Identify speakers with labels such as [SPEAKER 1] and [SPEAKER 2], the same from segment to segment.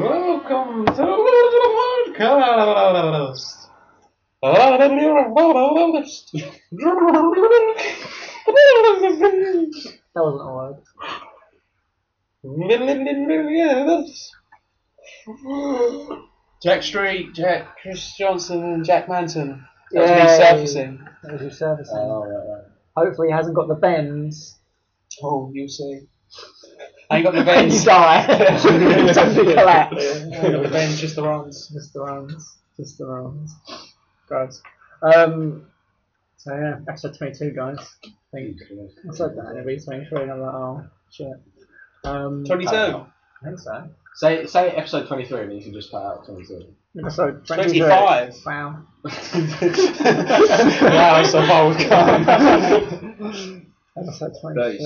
[SPEAKER 1] welcome to the podcast. I didn't even know this.
[SPEAKER 2] That wasn't odd.
[SPEAKER 1] Jack Street, Jack Chris Johnson, and Jack Manson. That's
[SPEAKER 2] Yay.
[SPEAKER 1] resurfacing.
[SPEAKER 2] That was resurfacing.
[SPEAKER 3] Oh, right, right.
[SPEAKER 2] Hopefully, it hasn't got the bends.
[SPEAKER 1] Oh, you see. I ain't got the
[SPEAKER 2] And you
[SPEAKER 1] veins.
[SPEAKER 2] die. Totally collapse.
[SPEAKER 1] I ain't got the veins, just the arms.
[SPEAKER 2] Just the rounds. Just the rounds. Guys. Um, so, yeah, episode 22, guys. I think. I said that in a week's main and I'm like, oh, shit. Um,
[SPEAKER 1] 22.
[SPEAKER 2] I think so.
[SPEAKER 3] Say say episode twenty three, and then you can just cut out twenty two.
[SPEAKER 2] Episode 23.
[SPEAKER 1] 25.
[SPEAKER 2] Wow.
[SPEAKER 1] wow, it's a bold card.
[SPEAKER 2] Episode 23.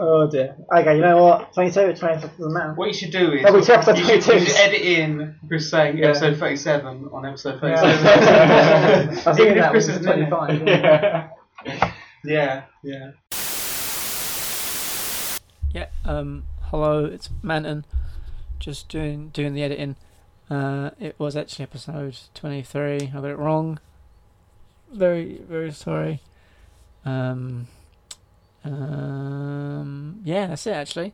[SPEAKER 2] Oh, dear. Okay, you know what? 22 or 23 doesn't matter.
[SPEAKER 1] What you should do is
[SPEAKER 2] Double check for
[SPEAKER 1] you, should, you
[SPEAKER 2] 22s.
[SPEAKER 1] should edit in Chris saying
[SPEAKER 2] Yeah.
[SPEAKER 1] episode 37 on episode
[SPEAKER 2] Yeah.
[SPEAKER 1] 37.
[SPEAKER 2] I was thinking
[SPEAKER 1] Even if
[SPEAKER 2] that
[SPEAKER 1] Chris
[SPEAKER 2] was
[SPEAKER 1] isn't in it.
[SPEAKER 2] 25,
[SPEAKER 1] Yeah. yeah, yeah.
[SPEAKER 4] Yeah. Um. Hello, it's Manton. Just doing doing the editing. Uh, it was actually episode twenty three. I got it wrong. Very very sorry. Um. Um. Yeah, that's it actually.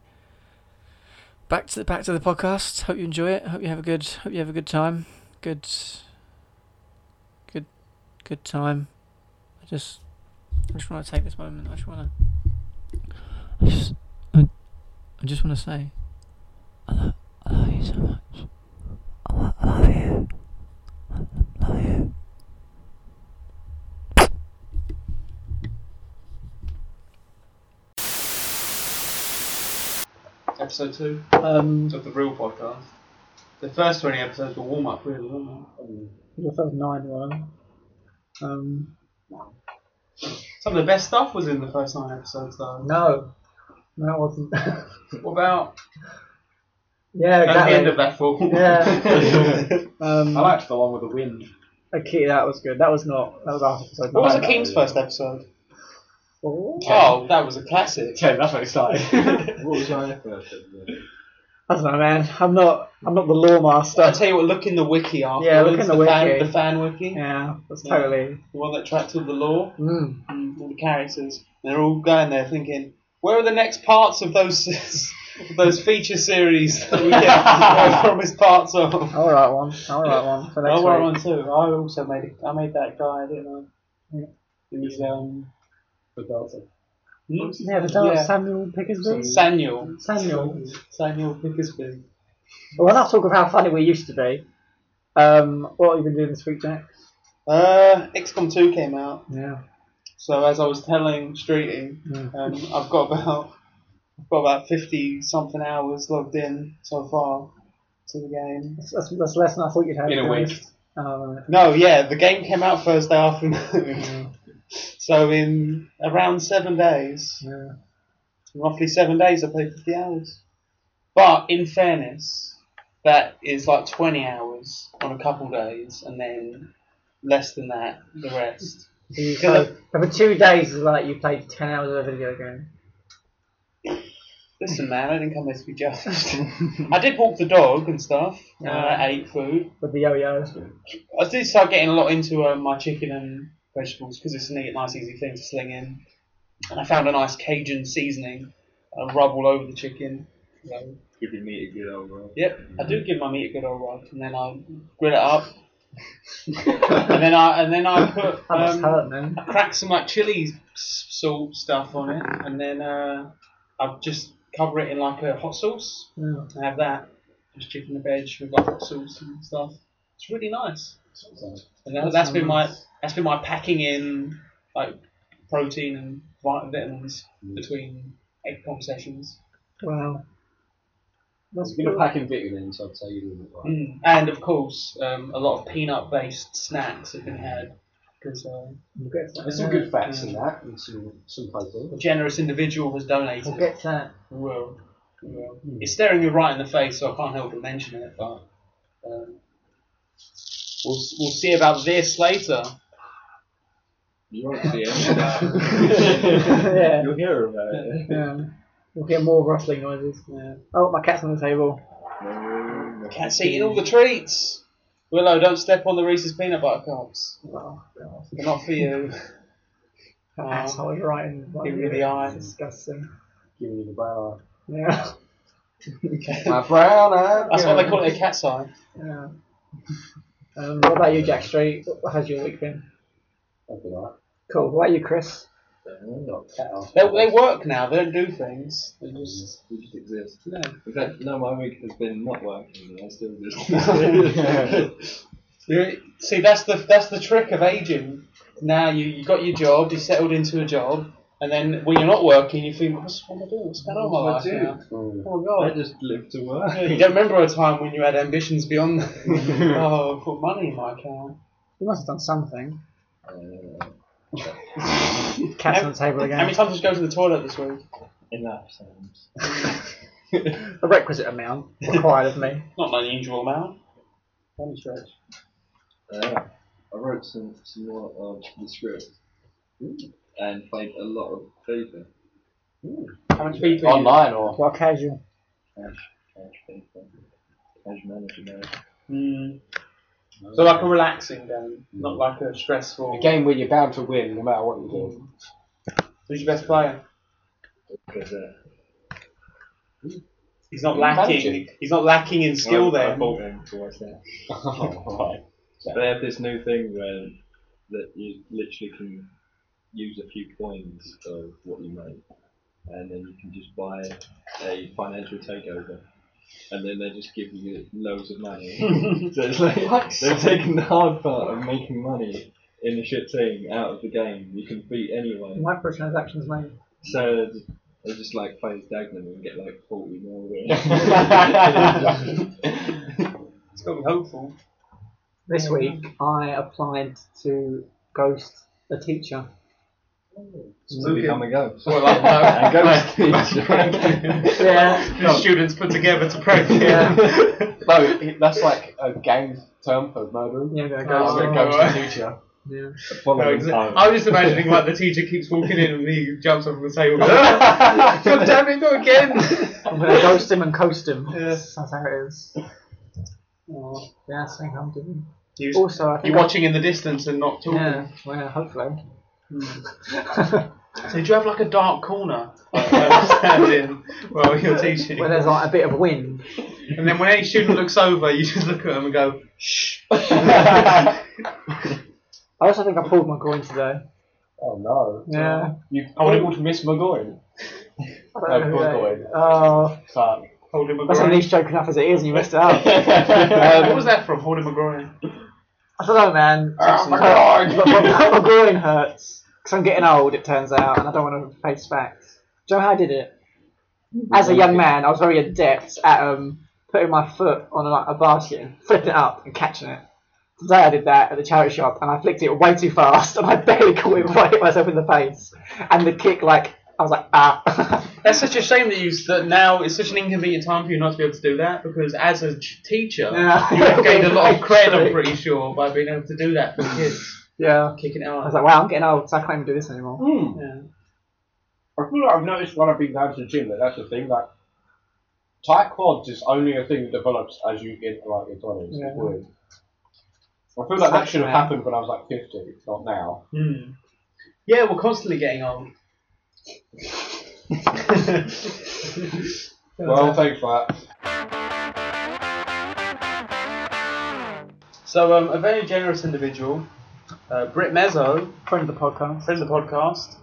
[SPEAKER 4] Back to the back to the podcast. Hope you enjoy it. Hope you have a good hope you have a good time. Good. Good. Good time. I just I just want to take this moment. I just want to. I just I just want to say, I love, I love you so much. I lo- I love you. I love you.
[SPEAKER 1] Episode 2
[SPEAKER 2] Um,
[SPEAKER 1] of the real podcast. The first 20 episodes were warm up, really, weren't they?
[SPEAKER 2] the first nine were. Um,
[SPEAKER 1] Some of the best stuff was in the first 9 episodes, though.
[SPEAKER 2] no. No, it wasn't.
[SPEAKER 1] What about
[SPEAKER 2] yeah,
[SPEAKER 1] at the
[SPEAKER 2] exactly.
[SPEAKER 1] end of that fall?
[SPEAKER 2] Yeah.
[SPEAKER 3] I
[SPEAKER 2] um,
[SPEAKER 3] liked the one with the wind.
[SPEAKER 2] Okay, that was good. That was not. That was after episode
[SPEAKER 1] what was
[SPEAKER 2] nine.
[SPEAKER 1] Akeem's first episode?
[SPEAKER 2] Oh.
[SPEAKER 1] Oh, that was a classic.
[SPEAKER 3] Okay, that's what exciting. what was your first?
[SPEAKER 2] I don't know, man. I'm not. I'm not the law
[SPEAKER 1] I'll
[SPEAKER 2] master.
[SPEAKER 1] tell you what, look in the wiki after.
[SPEAKER 2] Yeah, look in the
[SPEAKER 1] Fan,
[SPEAKER 2] wiki.
[SPEAKER 1] the fan wiki.
[SPEAKER 2] Yeah, that's
[SPEAKER 1] Yeah.
[SPEAKER 2] totally.
[SPEAKER 1] The one that tracks all the lore.
[SPEAKER 2] Mm.
[SPEAKER 1] and all the characters. They're all going there thinking, where are the next parts of those of those feature series that we get promised parts of?
[SPEAKER 2] All right, one. All right, one. For next
[SPEAKER 1] Oh, we're
[SPEAKER 2] week.
[SPEAKER 1] on too. I also made a, I made that guy, didn't I?
[SPEAKER 2] Yeah.
[SPEAKER 1] He was um
[SPEAKER 2] Yeah, the dance.
[SPEAKER 1] Yeah.
[SPEAKER 2] Samuel Pickersby.
[SPEAKER 1] Samuel.
[SPEAKER 2] Samuel.
[SPEAKER 1] Samuel Pickersby.
[SPEAKER 2] When I talk of how funny we used to be, um, what have you been doing this week, Jack?
[SPEAKER 1] Uh, XCOM 2 came out,
[SPEAKER 2] Yeah.
[SPEAKER 1] so as I was telling Streety,
[SPEAKER 2] Mm.
[SPEAKER 1] um, I've got about I've got about 50 something hours logged in so far to the game.
[SPEAKER 2] That's, that's, that's less than I thought you'd have.
[SPEAKER 3] In a
[SPEAKER 2] to be
[SPEAKER 3] week.
[SPEAKER 2] honest. Oh, right.
[SPEAKER 1] No, yeah, the game came out Thursday afternoon.
[SPEAKER 2] yeah.
[SPEAKER 1] so in around seven days,
[SPEAKER 2] yeah.
[SPEAKER 1] roughly seven days, I played 50 hours. But in fairness, that is like 20 hours on a couple days, and then less than that the rest.
[SPEAKER 2] You-
[SPEAKER 1] Because
[SPEAKER 2] So, over two days, it's like you played ten hours of a video game.
[SPEAKER 1] Listen, man, I didn't come here to be judged. I did walk the dog and stuff. Uh,
[SPEAKER 2] Yeah.
[SPEAKER 1] I ate food.
[SPEAKER 2] with the yo-yos.
[SPEAKER 1] I did start getting a lot into uh, my chicken and vegetables because it's a neat, nice, easy thing to sling in. And I found a nice Cajun seasoning, I rub all over the chicken. So,
[SPEAKER 3] Giving me a good old roll.
[SPEAKER 1] yep, I do give my meat a good old rub, and then I grill it up. and then I and then I put
[SPEAKER 2] That must
[SPEAKER 1] um,
[SPEAKER 2] hurt, man.
[SPEAKER 1] I crack some like chili s- salt stuff on it, and then uh, I just cover it in like a hot sauce
[SPEAKER 2] Yeah.
[SPEAKER 1] and have that just chicken and veg with like hot sauce and stuff. It's really nice. And that,
[SPEAKER 2] That
[SPEAKER 1] that's been my
[SPEAKER 2] sounds-
[SPEAKER 1] that's been my packing in like protein and vit- vitamins
[SPEAKER 2] Mm.
[SPEAKER 1] between egg conversations.
[SPEAKER 2] Wow. That's
[SPEAKER 3] It's been a
[SPEAKER 2] cool.
[SPEAKER 3] packing vitamin, so I'd say you didn't right.
[SPEAKER 1] Mm. And of course, um, a lot of peanut based snacks have been had because uh,
[SPEAKER 2] We'll get to that.
[SPEAKER 3] There's some good facts in that, and some some
[SPEAKER 1] a
[SPEAKER 3] protein.
[SPEAKER 1] generous individual has donated.
[SPEAKER 2] We'll get to that.
[SPEAKER 1] Well, well,
[SPEAKER 2] Mm.
[SPEAKER 1] it's staring you right in the face, so I can't help but mention it. But um, we'll s- we'll see about this later.
[SPEAKER 3] You won't see it.
[SPEAKER 2] yeah.
[SPEAKER 3] You'll hear about it.
[SPEAKER 2] yeah. We'll get more rustling noises.
[SPEAKER 1] Yeah.
[SPEAKER 2] Oh, my cat's on the table.
[SPEAKER 1] Cat's eating all the treats. Willow, don't step on the Reese's peanut butter cups.
[SPEAKER 2] Oh, God.
[SPEAKER 1] They're not for you.
[SPEAKER 2] That
[SPEAKER 1] Oh.
[SPEAKER 2] asshole is right in
[SPEAKER 1] Give me the eye.
[SPEAKER 2] Disgusting.
[SPEAKER 3] Give me the brown
[SPEAKER 2] Yeah.
[SPEAKER 3] eye. My brown eye.
[SPEAKER 1] That's what they call it, a cat's eye.
[SPEAKER 2] yeah. Um, what about you, Jack Street? How's your week been?
[SPEAKER 3] That'd be right.
[SPEAKER 2] Cool. What about you, Chris?
[SPEAKER 5] They're not.
[SPEAKER 3] Cat
[SPEAKER 1] They,
[SPEAKER 3] eye.
[SPEAKER 1] they work now. They don't do things. They
[SPEAKER 5] They
[SPEAKER 1] just
[SPEAKER 5] just, they just exist.
[SPEAKER 1] yeah.
[SPEAKER 5] In fact, no, my week has been not working, and I still just.
[SPEAKER 1] You- See, that's the that's the trick of aging. Now you you got your job, you settled into a job, and then when you're not working, you think, what's what am I doing? What's going on with
[SPEAKER 5] What
[SPEAKER 1] my
[SPEAKER 5] am I
[SPEAKER 1] life now?
[SPEAKER 3] Mm.
[SPEAKER 1] Oh my
[SPEAKER 5] I
[SPEAKER 1] god!
[SPEAKER 5] just live to work.
[SPEAKER 1] Yeah, you don't remember a time when you had ambitions beyond that. oh, I put money in my account.
[SPEAKER 2] You must have done something.
[SPEAKER 5] Uh,
[SPEAKER 2] Cats
[SPEAKER 1] How-
[SPEAKER 2] on the table
[SPEAKER 1] How many
[SPEAKER 2] again.
[SPEAKER 1] times did you go to the toilet this week?
[SPEAKER 5] enough sounds.
[SPEAKER 2] A requisite amount required of me.
[SPEAKER 1] Not an unusual amount. Any stretch.
[SPEAKER 5] Uh, I wrote some, some more of the script and played a lot of paper.
[SPEAKER 1] How much people?
[SPEAKER 3] Online or?
[SPEAKER 2] Well, casual.
[SPEAKER 5] Cash, cash paper. Cash management.
[SPEAKER 1] Mm. So like a relaxing game, not like Mm. a stressful.
[SPEAKER 3] A game where you're bound to win no matter what you do.
[SPEAKER 1] Who's your best player?
[SPEAKER 5] Because, uh,
[SPEAKER 1] He's not lacking.
[SPEAKER 3] Magic.
[SPEAKER 1] He's not lacking in skill
[SPEAKER 5] I,
[SPEAKER 1] there.
[SPEAKER 5] I bought them to watch that.
[SPEAKER 3] Alright.
[SPEAKER 5] They have this new thing where that you literally can use a few coins of what you make, and then you can just buy a financial takeover, and then they just give you loads of money. so it's like they've taken the hard part of making money in the shit thing out of the game. You can beat anyone.
[SPEAKER 2] Microtransactions, mate.
[SPEAKER 5] So they just- they just like play Dagnum and get like forty more. of it.
[SPEAKER 1] It's got to be hopeful.
[SPEAKER 2] This week, I applied to ghost a teacher.
[SPEAKER 5] to become a ghost.
[SPEAKER 1] Well, I know.
[SPEAKER 5] A ghost teacher.
[SPEAKER 2] Yeah.
[SPEAKER 1] the students put together to practice.
[SPEAKER 3] No, he- that's like a gang term for murdering.
[SPEAKER 2] Yeah, a
[SPEAKER 1] Oh,
[SPEAKER 3] That's
[SPEAKER 2] ghost.
[SPEAKER 3] a
[SPEAKER 1] okay.
[SPEAKER 3] ghost teacher.
[SPEAKER 2] Yeah.
[SPEAKER 5] Following time.
[SPEAKER 1] I'm just imagining like the teacher keeps walking in and he jumps off the table. God damn it, not again!
[SPEAKER 2] I'm gonna ghost him and coast him.
[SPEAKER 1] Yeah.
[SPEAKER 2] That's how it is. Oh, yeah, that's what I'm doing.
[SPEAKER 1] You,
[SPEAKER 2] Also, I think
[SPEAKER 1] you're watching in the distance and not
[SPEAKER 2] I,
[SPEAKER 1] talking.
[SPEAKER 2] yeah, well, hopefully.
[SPEAKER 1] So do you have like a dark corner like, where you stand in while you're teaching?
[SPEAKER 2] Where there's like a bit of wind.
[SPEAKER 1] And then when any student looks over, you just look at them and go, shh.
[SPEAKER 2] I also think I pulled my groin today.
[SPEAKER 3] Oh no.
[SPEAKER 2] Yeah.
[SPEAKER 3] You
[SPEAKER 1] I would've-
[SPEAKER 3] called Miss McGoin.
[SPEAKER 2] I
[SPEAKER 3] No,
[SPEAKER 2] don't know who
[SPEAKER 3] pulled
[SPEAKER 2] that-
[SPEAKER 3] groin.
[SPEAKER 2] Oh,
[SPEAKER 3] Fuck.
[SPEAKER 1] Holding my
[SPEAKER 2] that's at
[SPEAKER 1] groin.
[SPEAKER 2] least joke enough as it is, and you messed it up.
[SPEAKER 1] What was that from? Holding my groin.
[SPEAKER 2] I don't know, man.
[SPEAKER 3] Oh my
[SPEAKER 2] But my, my groin hurts because I'm getting old. It turns out, and I don't want to face facts. Do you know how I did it? As a young man, I was very adept at um, putting my foot on like, a basket, and flipping it up, and catching it. Today I did that at the charity shop, and I flicked it way too fast, and I barely caught it before I hit myself in the face. And the kick, like, I was like, ah.
[SPEAKER 1] That's such a shame that you that now it's such an inconvenient time for you not to be able to do that because as a ch- teacher
[SPEAKER 2] Yeah.
[SPEAKER 1] you have gained a lot of cred. I'm
[SPEAKER 2] Actually.
[SPEAKER 1] pretty sure by being able to do that for kids,
[SPEAKER 2] yeah.
[SPEAKER 1] kicking it
[SPEAKER 2] I was
[SPEAKER 1] out.
[SPEAKER 2] like, wow, I'm getting old, so I can't even do this anymore.
[SPEAKER 3] Hmm.
[SPEAKER 1] Yeah.
[SPEAKER 3] I feel like I've noticed when I've been down to the gym that that's the thing. Like, tight quads is only a thing that develops as you get to like your twenties.
[SPEAKER 2] Yeah.
[SPEAKER 3] It's weird. I feel like that should have
[SPEAKER 2] Exactly.
[SPEAKER 3] happened when I was like fifty, not now.
[SPEAKER 1] Hmm. Yeah, we're constantly getting old.
[SPEAKER 3] Well, thanks for that.
[SPEAKER 1] So um, a very generous individual, uh, Britt Mezzo,
[SPEAKER 2] Friend of the podcast.
[SPEAKER 1] friend of the podcast,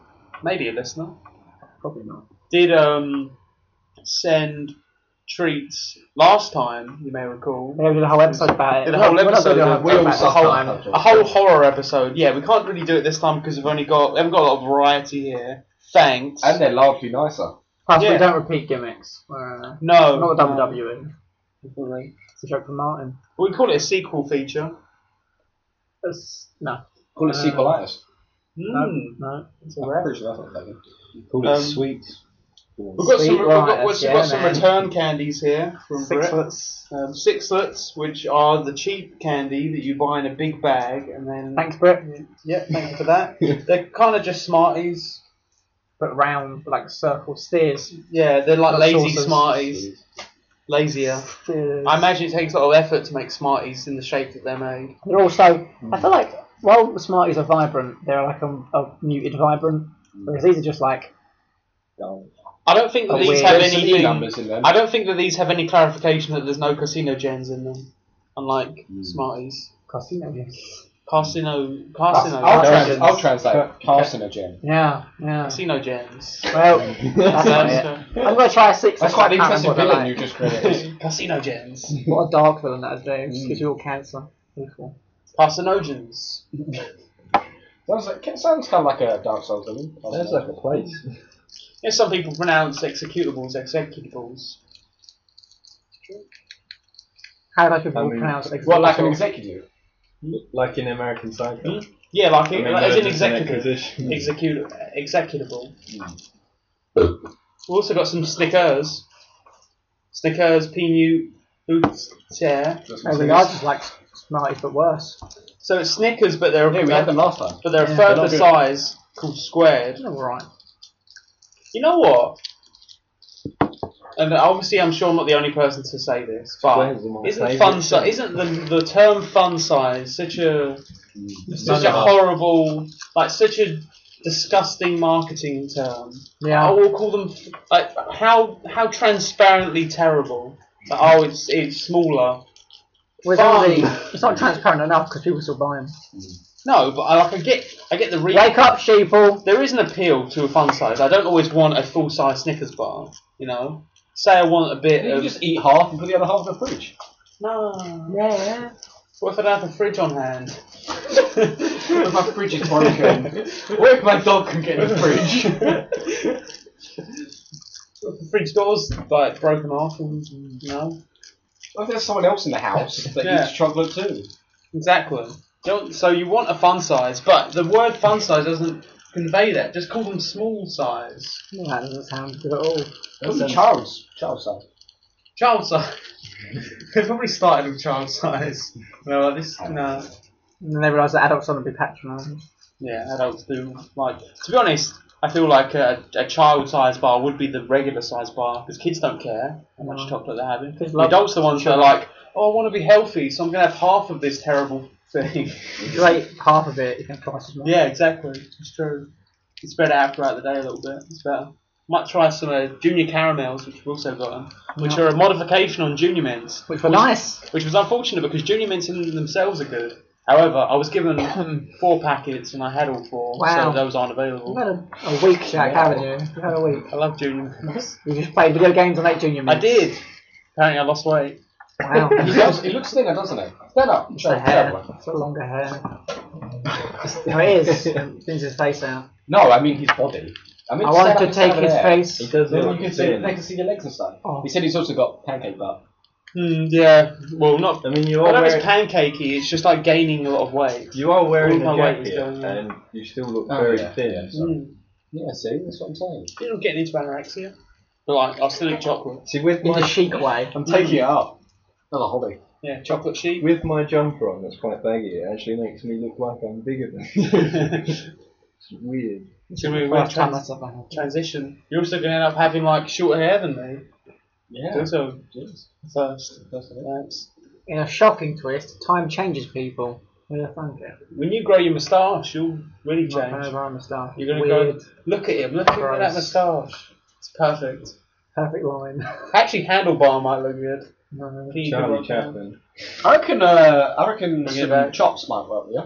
[SPEAKER 1] maybe a listener,
[SPEAKER 2] Probably not.
[SPEAKER 1] did um, send treats last time. You may recall.
[SPEAKER 2] Yeah, we did a whole episode about it.
[SPEAKER 1] Did a whole
[SPEAKER 2] We're not
[SPEAKER 1] episode
[SPEAKER 2] gonna do
[SPEAKER 1] about
[SPEAKER 2] a whole
[SPEAKER 1] wheels, a
[SPEAKER 2] episode about this
[SPEAKER 1] whole-
[SPEAKER 2] time.
[SPEAKER 1] a whole horror episode. Yeah, we can't really do it this time because we've only got we haven't got a lot of variety here. Thanks.
[SPEAKER 3] And they're largely nicer.
[SPEAKER 2] Plus,
[SPEAKER 1] Yeah.
[SPEAKER 2] we don't repeat gimmicks. Uh,
[SPEAKER 1] no,
[SPEAKER 2] not
[SPEAKER 1] no.
[SPEAKER 2] WWE. It's a joke from Martin.
[SPEAKER 1] We call it a sequel feature.
[SPEAKER 2] That's, no,
[SPEAKER 3] Call it
[SPEAKER 2] Uh,
[SPEAKER 3] sequelitis.
[SPEAKER 2] no,
[SPEAKER 1] Mm.
[SPEAKER 2] no. It's a
[SPEAKER 3] I'm
[SPEAKER 2] rare.
[SPEAKER 3] pretty sure that's not taken. Call
[SPEAKER 1] it Um,
[SPEAKER 3] sweet.
[SPEAKER 1] We've got some,
[SPEAKER 2] Sweet
[SPEAKER 1] we've got,
[SPEAKER 2] riot,
[SPEAKER 1] we've got
[SPEAKER 2] yeah,
[SPEAKER 1] some
[SPEAKER 2] man.
[SPEAKER 1] return candies here from Brit.
[SPEAKER 2] Sixlets.
[SPEAKER 1] Um, sixlets, which are the cheap candy that you buy in a big bag, and then
[SPEAKER 2] Thanks, Britt.
[SPEAKER 1] yeah, thank you for that. They're kind of just Smarties.
[SPEAKER 2] But round, like circle steers.
[SPEAKER 1] Yeah, they're like
[SPEAKER 2] Not
[SPEAKER 1] lazy
[SPEAKER 2] saucers.
[SPEAKER 1] Smarties. lazier.
[SPEAKER 2] Cheers.
[SPEAKER 1] I imagine it takes a lot of effort to make Smarties in the shape that they're made.
[SPEAKER 2] They're also. I feel like while the Smarties are vibrant, they're like a, a muted vibrant. Whereas these are just like
[SPEAKER 1] I don't think that
[SPEAKER 2] Oh,
[SPEAKER 1] these
[SPEAKER 2] weird.
[SPEAKER 1] have
[SPEAKER 3] There's some E
[SPEAKER 1] anything.
[SPEAKER 3] numbers in them.
[SPEAKER 1] I don't think that these have any clarification that there's no carcinogens in them, unlike
[SPEAKER 3] Hmm.
[SPEAKER 1] Smarties.
[SPEAKER 2] carcinogens.
[SPEAKER 1] Carcino,
[SPEAKER 3] I'll, trans- I'll
[SPEAKER 1] carcinogens,
[SPEAKER 3] translate carcinogen.
[SPEAKER 2] Yeah, yeah.
[SPEAKER 1] carcinogens.
[SPEAKER 2] Well, that's not it.
[SPEAKER 1] That's
[SPEAKER 2] I'm gonna try a six.
[SPEAKER 3] That's
[SPEAKER 2] I
[SPEAKER 3] quite an
[SPEAKER 2] can't
[SPEAKER 3] interesting
[SPEAKER 2] remember
[SPEAKER 3] villain
[SPEAKER 2] what
[SPEAKER 3] you
[SPEAKER 2] they're
[SPEAKER 3] just created.
[SPEAKER 1] Carcinogens.
[SPEAKER 2] like. What a dark villain that would be. Just gives you all cancer. Equal.
[SPEAKER 1] Carcinogens.
[SPEAKER 3] sounds like, it sounds kind of like a Dark Souls villain.
[SPEAKER 5] Sounds like a place.
[SPEAKER 1] Yeah, some people pronounce executables executables.
[SPEAKER 2] How do people
[SPEAKER 5] I mean,
[SPEAKER 2] pronounce it?
[SPEAKER 3] Well, like an executive.
[SPEAKER 5] Like in American Psycho.
[SPEAKER 1] Yeah, like,
[SPEAKER 5] I mean,
[SPEAKER 1] like
[SPEAKER 5] they're
[SPEAKER 1] as in
[SPEAKER 5] just an
[SPEAKER 1] executable.
[SPEAKER 5] acquisition.
[SPEAKER 1] Execute, executable.
[SPEAKER 3] Hmm.
[SPEAKER 1] We've also got some Snickers. Snickers, Pinu, Boots, Chair.
[SPEAKER 2] I mean, I just like Smarties, but worse.
[SPEAKER 1] So it's Snickers, but they're
[SPEAKER 3] Yeah,
[SPEAKER 1] a,
[SPEAKER 3] we had them last time.
[SPEAKER 1] but they're a
[SPEAKER 2] Yeah,
[SPEAKER 1] third
[SPEAKER 3] they're not
[SPEAKER 1] the
[SPEAKER 3] good.
[SPEAKER 1] size called squared.
[SPEAKER 2] All right.
[SPEAKER 1] You know what? And obviously, I'm sure I'm not the only person to say this, but
[SPEAKER 5] Squares are my
[SPEAKER 1] isn't
[SPEAKER 5] favourite
[SPEAKER 1] fun si-
[SPEAKER 5] thing.
[SPEAKER 1] isn't the, the term fun size such a such a
[SPEAKER 3] None of us.
[SPEAKER 1] horrible like such a disgusting marketing term? I
[SPEAKER 2] Yeah.
[SPEAKER 1] will call them like how how transparently terrible. Like, oh, it's it's smaller.
[SPEAKER 2] With all
[SPEAKER 1] Fine.
[SPEAKER 2] the, it's not transparent enough because people still buy them.
[SPEAKER 1] No, but I like I get I get the reason.
[SPEAKER 2] Wake up, sheeple.
[SPEAKER 1] There is an appeal to a fun size. I don't always want a full size Snickers bar. You know, say I want a bit
[SPEAKER 3] You
[SPEAKER 1] of
[SPEAKER 3] just eat half and put the other half in the fridge.
[SPEAKER 1] no.
[SPEAKER 2] Yeah.
[SPEAKER 1] What if I don't have a fridge on hand?
[SPEAKER 3] What if my fridge is broken? what if my dog can get in the fridge?
[SPEAKER 1] What if the fridge door's like broken off and you know
[SPEAKER 3] what if there's someone else in the house that
[SPEAKER 1] Yeah.
[SPEAKER 3] eats chocolate too?
[SPEAKER 1] exactly. Don't, so you want a fun size, but the word fun size doesn't convey that. Just call them small size,
[SPEAKER 2] Yeah, that doesn't sound good at all.
[SPEAKER 3] What's a child's child size?
[SPEAKER 1] child size. they probably started with child size. No, like this no.
[SPEAKER 2] And then they realise that adults want to be patronising.
[SPEAKER 1] Yeah, adults do like. To be honest, I feel like a, a child size bar would be the regular size bar because kids don't care how much
[SPEAKER 2] No.
[SPEAKER 1] chocolate they're having.
[SPEAKER 2] Kids
[SPEAKER 1] The
[SPEAKER 2] love
[SPEAKER 1] adults are the ones that are like, oh, I want to be healthy, so I'm gonna have half of this terrible thing.
[SPEAKER 2] If you ate half of it, you can twice as much.
[SPEAKER 1] yeah, exactly. It's true. You spread it out throughout the day a little bit. It's better. Might try some uh, junior caramels, which we've also got, them, which
[SPEAKER 2] Yeah.
[SPEAKER 1] are a modification on junior mints,
[SPEAKER 2] Which were nice.
[SPEAKER 1] which was unfortunate because junior mints in themselves are good. However, I was given four packets and I had all four,
[SPEAKER 2] Wow.
[SPEAKER 1] so those aren't available.
[SPEAKER 2] You had a, a week, Jack, haven't you? You had a week.
[SPEAKER 1] I love junior mints.
[SPEAKER 2] You just played video games on eight junior
[SPEAKER 1] I
[SPEAKER 2] minutes.
[SPEAKER 1] did. Apparently, I lost weight.
[SPEAKER 2] Wow.
[SPEAKER 3] He does. He looks thinner, doesn't he? Stand up.
[SPEAKER 2] It's
[SPEAKER 3] Show-
[SPEAKER 2] the
[SPEAKER 3] show
[SPEAKER 2] hair.
[SPEAKER 3] everyone.
[SPEAKER 2] It's the longer hair. no, it is. It thins his face out.
[SPEAKER 3] No, I mean his body. I mean,
[SPEAKER 2] I
[SPEAKER 3] stand
[SPEAKER 2] wanted
[SPEAKER 3] up
[SPEAKER 2] to
[SPEAKER 3] and stand
[SPEAKER 2] take
[SPEAKER 3] over
[SPEAKER 2] his
[SPEAKER 3] there.
[SPEAKER 2] face.
[SPEAKER 5] He does
[SPEAKER 3] Then
[SPEAKER 5] look
[SPEAKER 3] you can see,
[SPEAKER 5] thin.
[SPEAKER 3] they can see your legs and stuff.
[SPEAKER 2] Oh.
[SPEAKER 3] He said he's also got pancake butt.
[SPEAKER 1] Hmm, yeah. Well, not.
[SPEAKER 5] I mean, you
[SPEAKER 1] I
[SPEAKER 5] are
[SPEAKER 1] don't know if it's
[SPEAKER 5] wearing,
[SPEAKER 1] pancakey. It's just like gaining a lot of weight.
[SPEAKER 5] you are wearing
[SPEAKER 1] All
[SPEAKER 5] a
[SPEAKER 1] my weight is
[SPEAKER 5] jacket,
[SPEAKER 1] going on.
[SPEAKER 5] and you still look
[SPEAKER 3] Oh,
[SPEAKER 5] very
[SPEAKER 3] yeah,
[SPEAKER 5] thin.
[SPEAKER 3] yeah.
[SPEAKER 5] so-
[SPEAKER 1] Mm.
[SPEAKER 3] Yeah, see, that's what I'm saying.
[SPEAKER 1] You know, getting into anorexia. But like, I still eat chocolate.
[SPEAKER 5] See, with
[SPEAKER 2] In
[SPEAKER 5] my
[SPEAKER 2] a chic way.
[SPEAKER 3] I'm taking it up. Not a hobby.
[SPEAKER 1] Yeah, chocolate sheep.
[SPEAKER 5] with my jumper on, that's quite baggy. It actually makes me look like I'm bigger than. it's weird.
[SPEAKER 1] So we
[SPEAKER 2] Well,
[SPEAKER 1] will
[SPEAKER 2] I've tried
[SPEAKER 1] trans-
[SPEAKER 2] myself out.
[SPEAKER 1] transition. You're also gonna end up having like shorter hair than me.
[SPEAKER 3] Yeah.
[SPEAKER 1] Also,
[SPEAKER 3] Jeez.
[SPEAKER 1] first.
[SPEAKER 3] That's it.
[SPEAKER 1] Thanks.
[SPEAKER 2] In a shocking twist, time changes people. Who the fuck it?
[SPEAKER 1] When you grow your moustache, you'll really
[SPEAKER 2] Not
[SPEAKER 1] change.
[SPEAKER 2] very well on the staff.
[SPEAKER 1] You're gonna
[SPEAKER 2] Weird.
[SPEAKER 1] go. Look at him. Look at
[SPEAKER 2] Gross.
[SPEAKER 1] that moustache. It's perfect.
[SPEAKER 2] Perfect line.
[SPEAKER 1] Actually, handlebar might look good.
[SPEAKER 2] No.
[SPEAKER 1] He could
[SPEAKER 5] Charlie
[SPEAKER 1] work on it.
[SPEAKER 5] Chaplin.
[SPEAKER 3] I reckon. Uh, I reckon
[SPEAKER 1] Bring it
[SPEAKER 3] some
[SPEAKER 1] back.
[SPEAKER 3] chops might work. Yeah.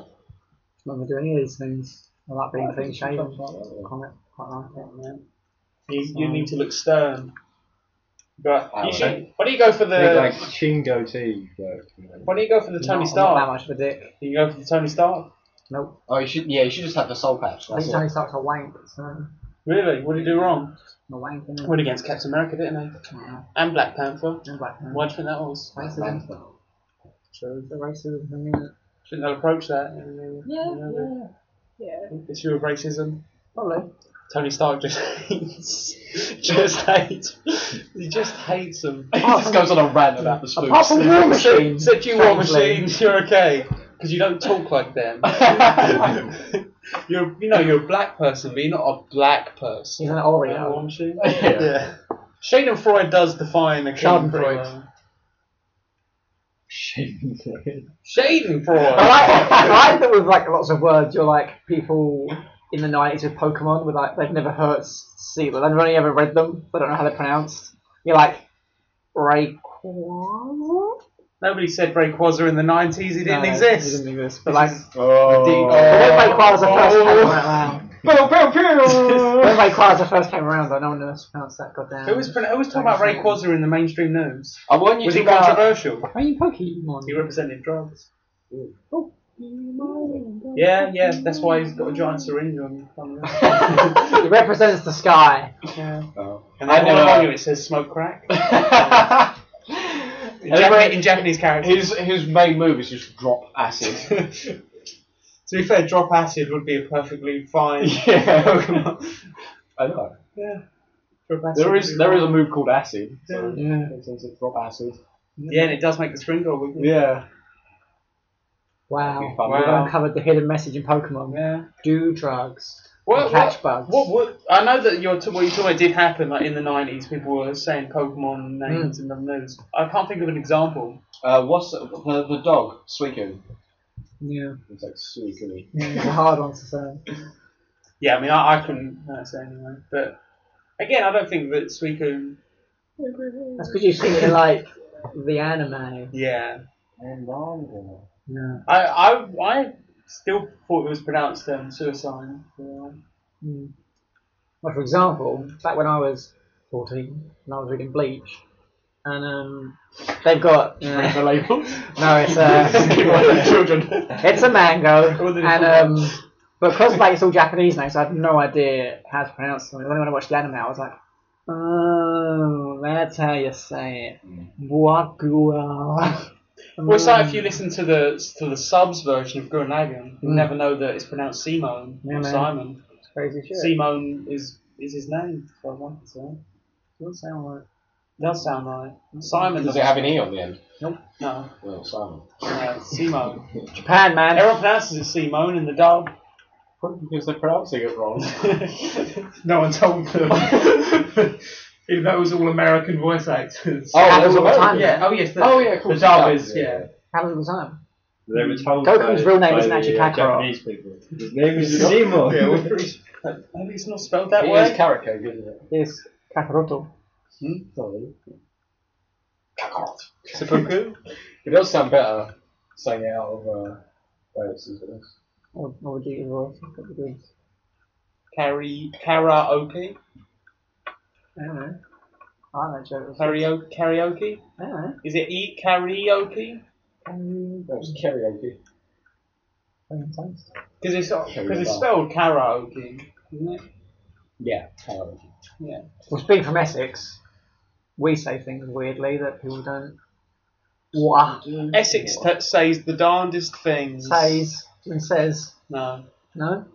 [SPEAKER 2] Not gonna do any of these things. I like being
[SPEAKER 3] I think
[SPEAKER 2] clean
[SPEAKER 3] some
[SPEAKER 2] shaven.
[SPEAKER 3] chops might work, yeah.
[SPEAKER 2] Comment. Quite like it.
[SPEAKER 1] Yeah. You, you need to look stern. But
[SPEAKER 3] I
[SPEAKER 1] you
[SPEAKER 3] would.
[SPEAKER 1] should. Why don't you go for
[SPEAKER 5] Big,
[SPEAKER 1] the?
[SPEAKER 3] Uh,
[SPEAKER 5] like chin goatee, but you know,
[SPEAKER 1] Why don't you go for the
[SPEAKER 2] Not-
[SPEAKER 1] Tony
[SPEAKER 2] Not that
[SPEAKER 1] Stark?
[SPEAKER 2] much of a dick.
[SPEAKER 1] You can go for the Tony Stark.
[SPEAKER 2] Nope.
[SPEAKER 3] Oh, you should. Yeah, you should just have the soul patch.
[SPEAKER 2] I
[SPEAKER 3] That's
[SPEAKER 2] think
[SPEAKER 3] it.
[SPEAKER 2] Tony Stark's a wank, so I'm
[SPEAKER 1] Really? What did he do wrong?
[SPEAKER 2] a wank in
[SPEAKER 1] Went against Captain America, didn't he? And Black Panther.
[SPEAKER 2] Black man.
[SPEAKER 1] Why do you think that was?
[SPEAKER 2] Racism.
[SPEAKER 1] True.
[SPEAKER 2] The racism thing, isn't it?
[SPEAKER 1] Shouldn't they approach that? in the- in
[SPEAKER 2] yeah.
[SPEAKER 1] the Issue of racism.
[SPEAKER 2] Probably.
[SPEAKER 1] Tony Stark just hates. Just hates. He just hates them.
[SPEAKER 3] He just goes on a rant about the
[SPEAKER 2] Apart
[SPEAKER 3] spooks.
[SPEAKER 2] from War Machine.
[SPEAKER 1] Said, said you War
[SPEAKER 2] strangely.
[SPEAKER 1] Machines, you're okay. Because you don't talk like them. you're, you know, you're a black person, but you're not a black person.
[SPEAKER 2] He's an
[SPEAKER 1] Yeah, War
[SPEAKER 2] Oreo.
[SPEAKER 1] Machine?
[SPEAKER 3] Yeah.
[SPEAKER 1] Yeah. Schadenfreude does define a king pretty
[SPEAKER 2] Schadenfreude.
[SPEAKER 1] well.
[SPEAKER 5] Shame.
[SPEAKER 2] I
[SPEAKER 1] Schadenfreude.
[SPEAKER 2] like, I like that with like lots of words, you're like people in the nineties with Pokemon, with like they've never heard see, but they've only ever read them. They don't know how they're pronounced. You're like Rayquaza.
[SPEAKER 1] Nobody said Rayquaza in the 90s. He didn't
[SPEAKER 2] No, It
[SPEAKER 1] exist.
[SPEAKER 2] didn't exist. But like,
[SPEAKER 3] Oh.
[SPEAKER 2] the- when Rayquaza first came around, when Rayquaza first came around, I no one knew how to pronounce that goddamn.
[SPEAKER 1] Who was, pro- who was talking about Rayquaza in the mainstream news?
[SPEAKER 3] I want you
[SPEAKER 1] Was
[SPEAKER 3] to
[SPEAKER 1] he
[SPEAKER 3] go-
[SPEAKER 1] controversial?
[SPEAKER 2] Are you Pokemon?
[SPEAKER 1] He represented drugs. Yeah, yeah, that's why he's got a giant syringe on his
[SPEAKER 2] He represents the sky.
[SPEAKER 1] Yeah.
[SPEAKER 3] Oh.
[SPEAKER 1] And then
[SPEAKER 3] I
[SPEAKER 1] on the
[SPEAKER 3] know.
[SPEAKER 1] menu it says smoke crack.
[SPEAKER 3] Oh.
[SPEAKER 1] In, Japan- in Japanese characters.
[SPEAKER 3] His his main move is just drop acid.
[SPEAKER 1] to be fair, drop acid would be a perfectly fine.
[SPEAKER 3] yeah. I know.
[SPEAKER 1] Yeah. Drop acid
[SPEAKER 3] There
[SPEAKER 1] would
[SPEAKER 3] is
[SPEAKER 1] be
[SPEAKER 3] there is
[SPEAKER 1] fine.
[SPEAKER 3] a move called acid. So
[SPEAKER 2] Yeah.
[SPEAKER 3] it says it's drop acid.
[SPEAKER 1] Yeah, and it does make the string go wiggle.
[SPEAKER 3] Yeah.
[SPEAKER 2] Wow.
[SPEAKER 3] Wow.
[SPEAKER 2] We uncovered the hidden message in Pokemon.
[SPEAKER 1] Yeah.
[SPEAKER 2] Do drugs.
[SPEAKER 1] What,
[SPEAKER 2] and catch
[SPEAKER 1] what,
[SPEAKER 2] bugs.
[SPEAKER 1] What, what, I know that you're t- what you're talking about did happen like in the 90s. People were saying Pokemon names
[SPEAKER 2] Hmm.
[SPEAKER 1] in the news. I can't think of an example.
[SPEAKER 3] Uh, what's the, the, the dog? Suicune.
[SPEAKER 2] Yeah.
[SPEAKER 3] It's like Suicune.
[SPEAKER 2] It's a hard one to say.
[SPEAKER 1] Yeah, I mean, I, I couldn't pronounce it anyway. But again, I don't think that Suicune.
[SPEAKER 2] That's because you've seen it in like the anime.
[SPEAKER 1] Yeah.
[SPEAKER 3] And Rhino.
[SPEAKER 2] Yeah.
[SPEAKER 1] I, I, I still thought it was pronounced um, suicide. Yeah.
[SPEAKER 2] Mm. Well, for example, back when I was 14 and I was reading Bleach, and um, they've got
[SPEAKER 3] Read the label.
[SPEAKER 2] no, it's uh,
[SPEAKER 3] children.
[SPEAKER 2] it's a mango,
[SPEAKER 1] All the
[SPEAKER 2] and
[SPEAKER 1] different
[SPEAKER 2] um, but because like it's all Japanese now, so I had no idea how to pronounce them. And then when I watched the anime, I was like, oh, that's how you say it, Wakua.
[SPEAKER 1] Well, it's like if you listen to the to the subs version of Gurnagan, you
[SPEAKER 2] Mm.
[SPEAKER 1] never know that it's pronounced Simone
[SPEAKER 2] Yeah,
[SPEAKER 1] or
[SPEAKER 2] man.
[SPEAKER 1] Simon.
[SPEAKER 2] crazy shit.
[SPEAKER 1] Simone is is his name, as far as I'm concerned.
[SPEAKER 2] Doesn't sound like-
[SPEAKER 1] Does sound like Simon.
[SPEAKER 3] Does it have an E on the end?
[SPEAKER 1] No,
[SPEAKER 3] Well, Simon.
[SPEAKER 1] no, Simone.
[SPEAKER 2] Japan, man.
[SPEAKER 1] Everyone pronounces it Simone in the dub.
[SPEAKER 3] Probably because they're pronouncing it wrong.
[SPEAKER 1] no one told them. Even though it was all American voice actors.
[SPEAKER 3] Oh,
[SPEAKER 2] happens
[SPEAKER 3] they're
[SPEAKER 2] all the time.
[SPEAKER 3] American.
[SPEAKER 1] Oh yes. The,
[SPEAKER 3] Oh, yeah, of
[SPEAKER 1] The
[SPEAKER 3] course.
[SPEAKER 1] dub
[SPEAKER 3] Yeah.
[SPEAKER 1] is yeah.
[SPEAKER 2] Happens all the time.
[SPEAKER 5] They were told
[SPEAKER 2] Goku's
[SPEAKER 5] by-
[SPEAKER 2] real name
[SPEAKER 5] by
[SPEAKER 2] isn't
[SPEAKER 5] the,
[SPEAKER 2] actually
[SPEAKER 5] uh,
[SPEAKER 2] Kakarot.
[SPEAKER 5] Japanese people. His name is Zemo.
[SPEAKER 1] Yeah, we're pretty. Maybe it's not spelled that
[SPEAKER 3] It
[SPEAKER 1] way.
[SPEAKER 3] is carrot cake, isn't it?
[SPEAKER 2] Yes, Kakaroto.
[SPEAKER 3] Sorry. Kakarot.
[SPEAKER 1] Seppuku.
[SPEAKER 3] It does sound better saying it out of uh, where it's isn't it?
[SPEAKER 2] Or, or would you voice? What would you do?
[SPEAKER 1] Kari karaoke.
[SPEAKER 2] I don't know. I don't know, Joe. It was-
[SPEAKER 1] Karaoke. Karaoke.
[SPEAKER 2] I don't know.
[SPEAKER 1] Is it e karaoke?
[SPEAKER 3] No, it's karaoke.
[SPEAKER 2] Doesn't sense.
[SPEAKER 1] Because it's because it's spelled karaoke, isn't it?
[SPEAKER 3] Yeah, karaoke.
[SPEAKER 1] Yeah.
[SPEAKER 2] Well, speaking from Essex, we say things weirdly that people don't. What?
[SPEAKER 1] Mm-hmm. Essex t- says the darndest things.
[SPEAKER 2] Says and says.
[SPEAKER 1] No,
[SPEAKER 2] No?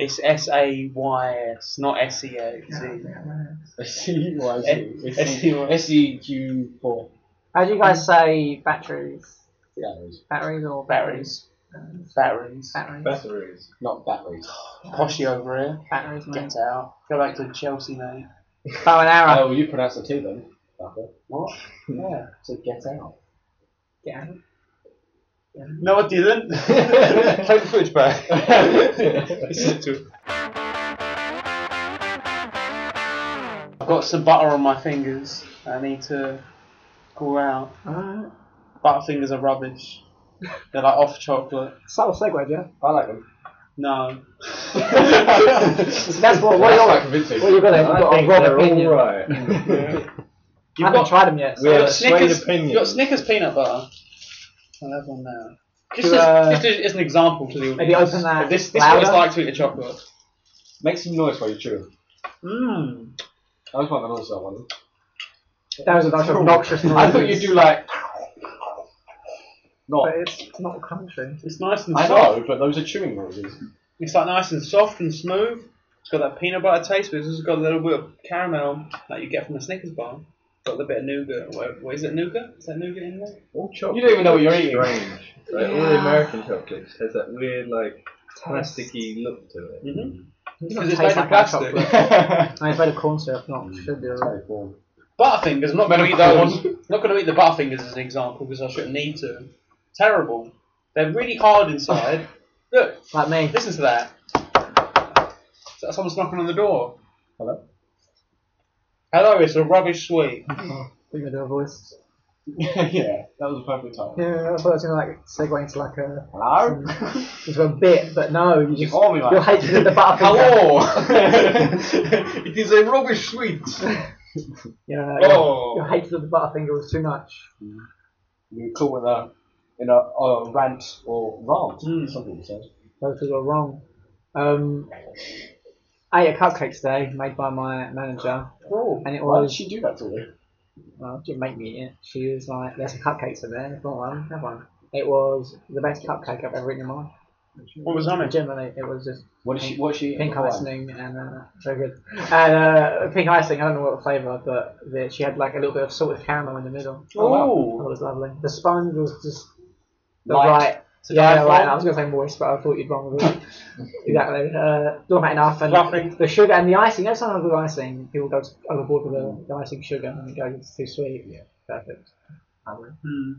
[SPEAKER 1] it's S A Y S, not S E A Z.
[SPEAKER 3] E SEQ4.
[SPEAKER 2] How do you guys say batteries?
[SPEAKER 3] Yeah, it is.
[SPEAKER 2] Batteries or
[SPEAKER 1] Batteries. Batteries.
[SPEAKER 2] Batteries.
[SPEAKER 5] Batteries.
[SPEAKER 3] Not batteries.
[SPEAKER 1] Poshy over here.
[SPEAKER 2] Batteries, mate.
[SPEAKER 1] Get out. Go back to Chelsea, mate.
[SPEAKER 2] Bow and arrow.
[SPEAKER 3] Oh, well, you pronounce the T then. Fucker.
[SPEAKER 1] What? Yeah.
[SPEAKER 3] So get out.
[SPEAKER 2] Yeah.
[SPEAKER 1] No, I didn't. Take the footage back. I've got some butter on my fingers. I need to call out.
[SPEAKER 2] Alright.
[SPEAKER 1] Butter fingers are rubbish. They're like off chocolate.
[SPEAKER 2] Subtle segue, yeah.
[SPEAKER 3] I like them.
[SPEAKER 1] No.
[SPEAKER 2] So that's what, what
[SPEAKER 3] That's
[SPEAKER 2] you're,
[SPEAKER 3] not convincing.
[SPEAKER 2] what you're gonna, you've
[SPEAKER 5] I
[SPEAKER 2] got a
[SPEAKER 5] think
[SPEAKER 2] wrong
[SPEAKER 5] they're
[SPEAKER 2] opinion.
[SPEAKER 5] all right.
[SPEAKER 2] I haven't tried them yet.
[SPEAKER 5] We
[SPEAKER 1] You've
[SPEAKER 5] have
[SPEAKER 1] got
[SPEAKER 5] a swayed
[SPEAKER 1] Snickers,
[SPEAKER 5] opinion.
[SPEAKER 1] you've got Snickers peanut butter. I'll have one now. Just,
[SPEAKER 2] Do, uh,
[SPEAKER 1] as, just as, as an example to the audience.
[SPEAKER 2] maybe open that
[SPEAKER 1] of This, this is what it's
[SPEAKER 2] louder.
[SPEAKER 1] like to eat a chocolate.
[SPEAKER 3] Make some noise while you chew.
[SPEAKER 1] Mmm.
[SPEAKER 3] I was wondering also that one.
[SPEAKER 2] That was a bunch of obnoxious noises.
[SPEAKER 3] I thought you'd do like. Not.
[SPEAKER 2] But it's not country.
[SPEAKER 1] It's nice and
[SPEAKER 3] I
[SPEAKER 1] soft.
[SPEAKER 3] know, but those are chewing noises.
[SPEAKER 1] It's like nice and soft and smooth. It's got that peanut butter taste, but it's also got a little bit of caramel that you get from a Snickers bar. Got the bit of nougat. What, what is it, nougat? Is that nougat in there?
[SPEAKER 5] All chocolate.
[SPEAKER 3] You don't even know what you're eating.
[SPEAKER 5] Strange. Like, All the American chocolates has that weird, like, plasticky look to it.
[SPEAKER 1] Mhm. Because it's made of plastic.
[SPEAKER 2] No, it's made of corn syrup, not should be alright.
[SPEAKER 3] Cool.
[SPEAKER 1] Butterfingers. I'm not going to
[SPEAKER 3] Made
[SPEAKER 1] eat
[SPEAKER 3] of
[SPEAKER 1] those. I'm not going to eat the butterfingers as an example because I shouldn't need to. Terrible. They're really hard inside. Look,
[SPEAKER 2] Like me.
[SPEAKER 1] listen to that. Is that someone's knocking on the door?
[SPEAKER 3] Hello?
[SPEAKER 1] Hello, it's a rubbish sweep.
[SPEAKER 2] Oh, I think I do a voice.
[SPEAKER 3] yeah, that was a perfect time.
[SPEAKER 2] Yeah, I thought it was gonna like segue into like a
[SPEAKER 3] Hello?
[SPEAKER 2] into a bit, but no, you
[SPEAKER 3] you
[SPEAKER 2] just
[SPEAKER 3] call me
[SPEAKER 2] your
[SPEAKER 3] that?
[SPEAKER 2] hatred of the butterfinger.
[SPEAKER 1] Hello! it is a rubbish sweet.
[SPEAKER 2] Yeah, your, your
[SPEAKER 1] Oh.
[SPEAKER 2] hatred of the butterfinger was too much.
[SPEAKER 3] You call in a, in a, a rant or rant,
[SPEAKER 1] Mm.
[SPEAKER 3] something you said.
[SPEAKER 2] Those two were wrong. Um, I ate a cupcake today made by my manager.
[SPEAKER 1] Oh,
[SPEAKER 3] Cool.
[SPEAKER 2] And it
[SPEAKER 3] Why did
[SPEAKER 2] was-
[SPEAKER 3] she do that to you?
[SPEAKER 2] Well, she didn't make me eat it. She was like, "There's some cupcakes in there. If you want one, have one." It was the best cupcake I've ever eaten in my life.
[SPEAKER 1] What was on it?
[SPEAKER 2] Generally, it was just
[SPEAKER 3] What did she, what she
[SPEAKER 2] pink
[SPEAKER 3] why?
[SPEAKER 2] icing and uh, so good. And uh, pink icing. I don't know what flavour, but the, she had like a little bit of salted caramel in the middle.
[SPEAKER 3] Oh, wow.
[SPEAKER 2] That
[SPEAKER 1] Ooh.
[SPEAKER 2] was lovely. The sponge was just the
[SPEAKER 3] Light.
[SPEAKER 2] right.
[SPEAKER 1] It's a
[SPEAKER 2] Yeah,
[SPEAKER 1] diaphragm.
[SPEAKER 2] right. I was going to say moist, but I thought you'd wrong with it. exactly. Uh, not about enough. And
[SPEAKER 1] Fluffy.
[SPEAKER 2] the sugar and the icing. That's not good icing. People go overboard with the, the icing sugar and it goes, it's too sweet.
[SPEAKER 3] Yeah.
[SPEAKER 2] Perfect. Lovely.
[SPEAKER 1] Hmm.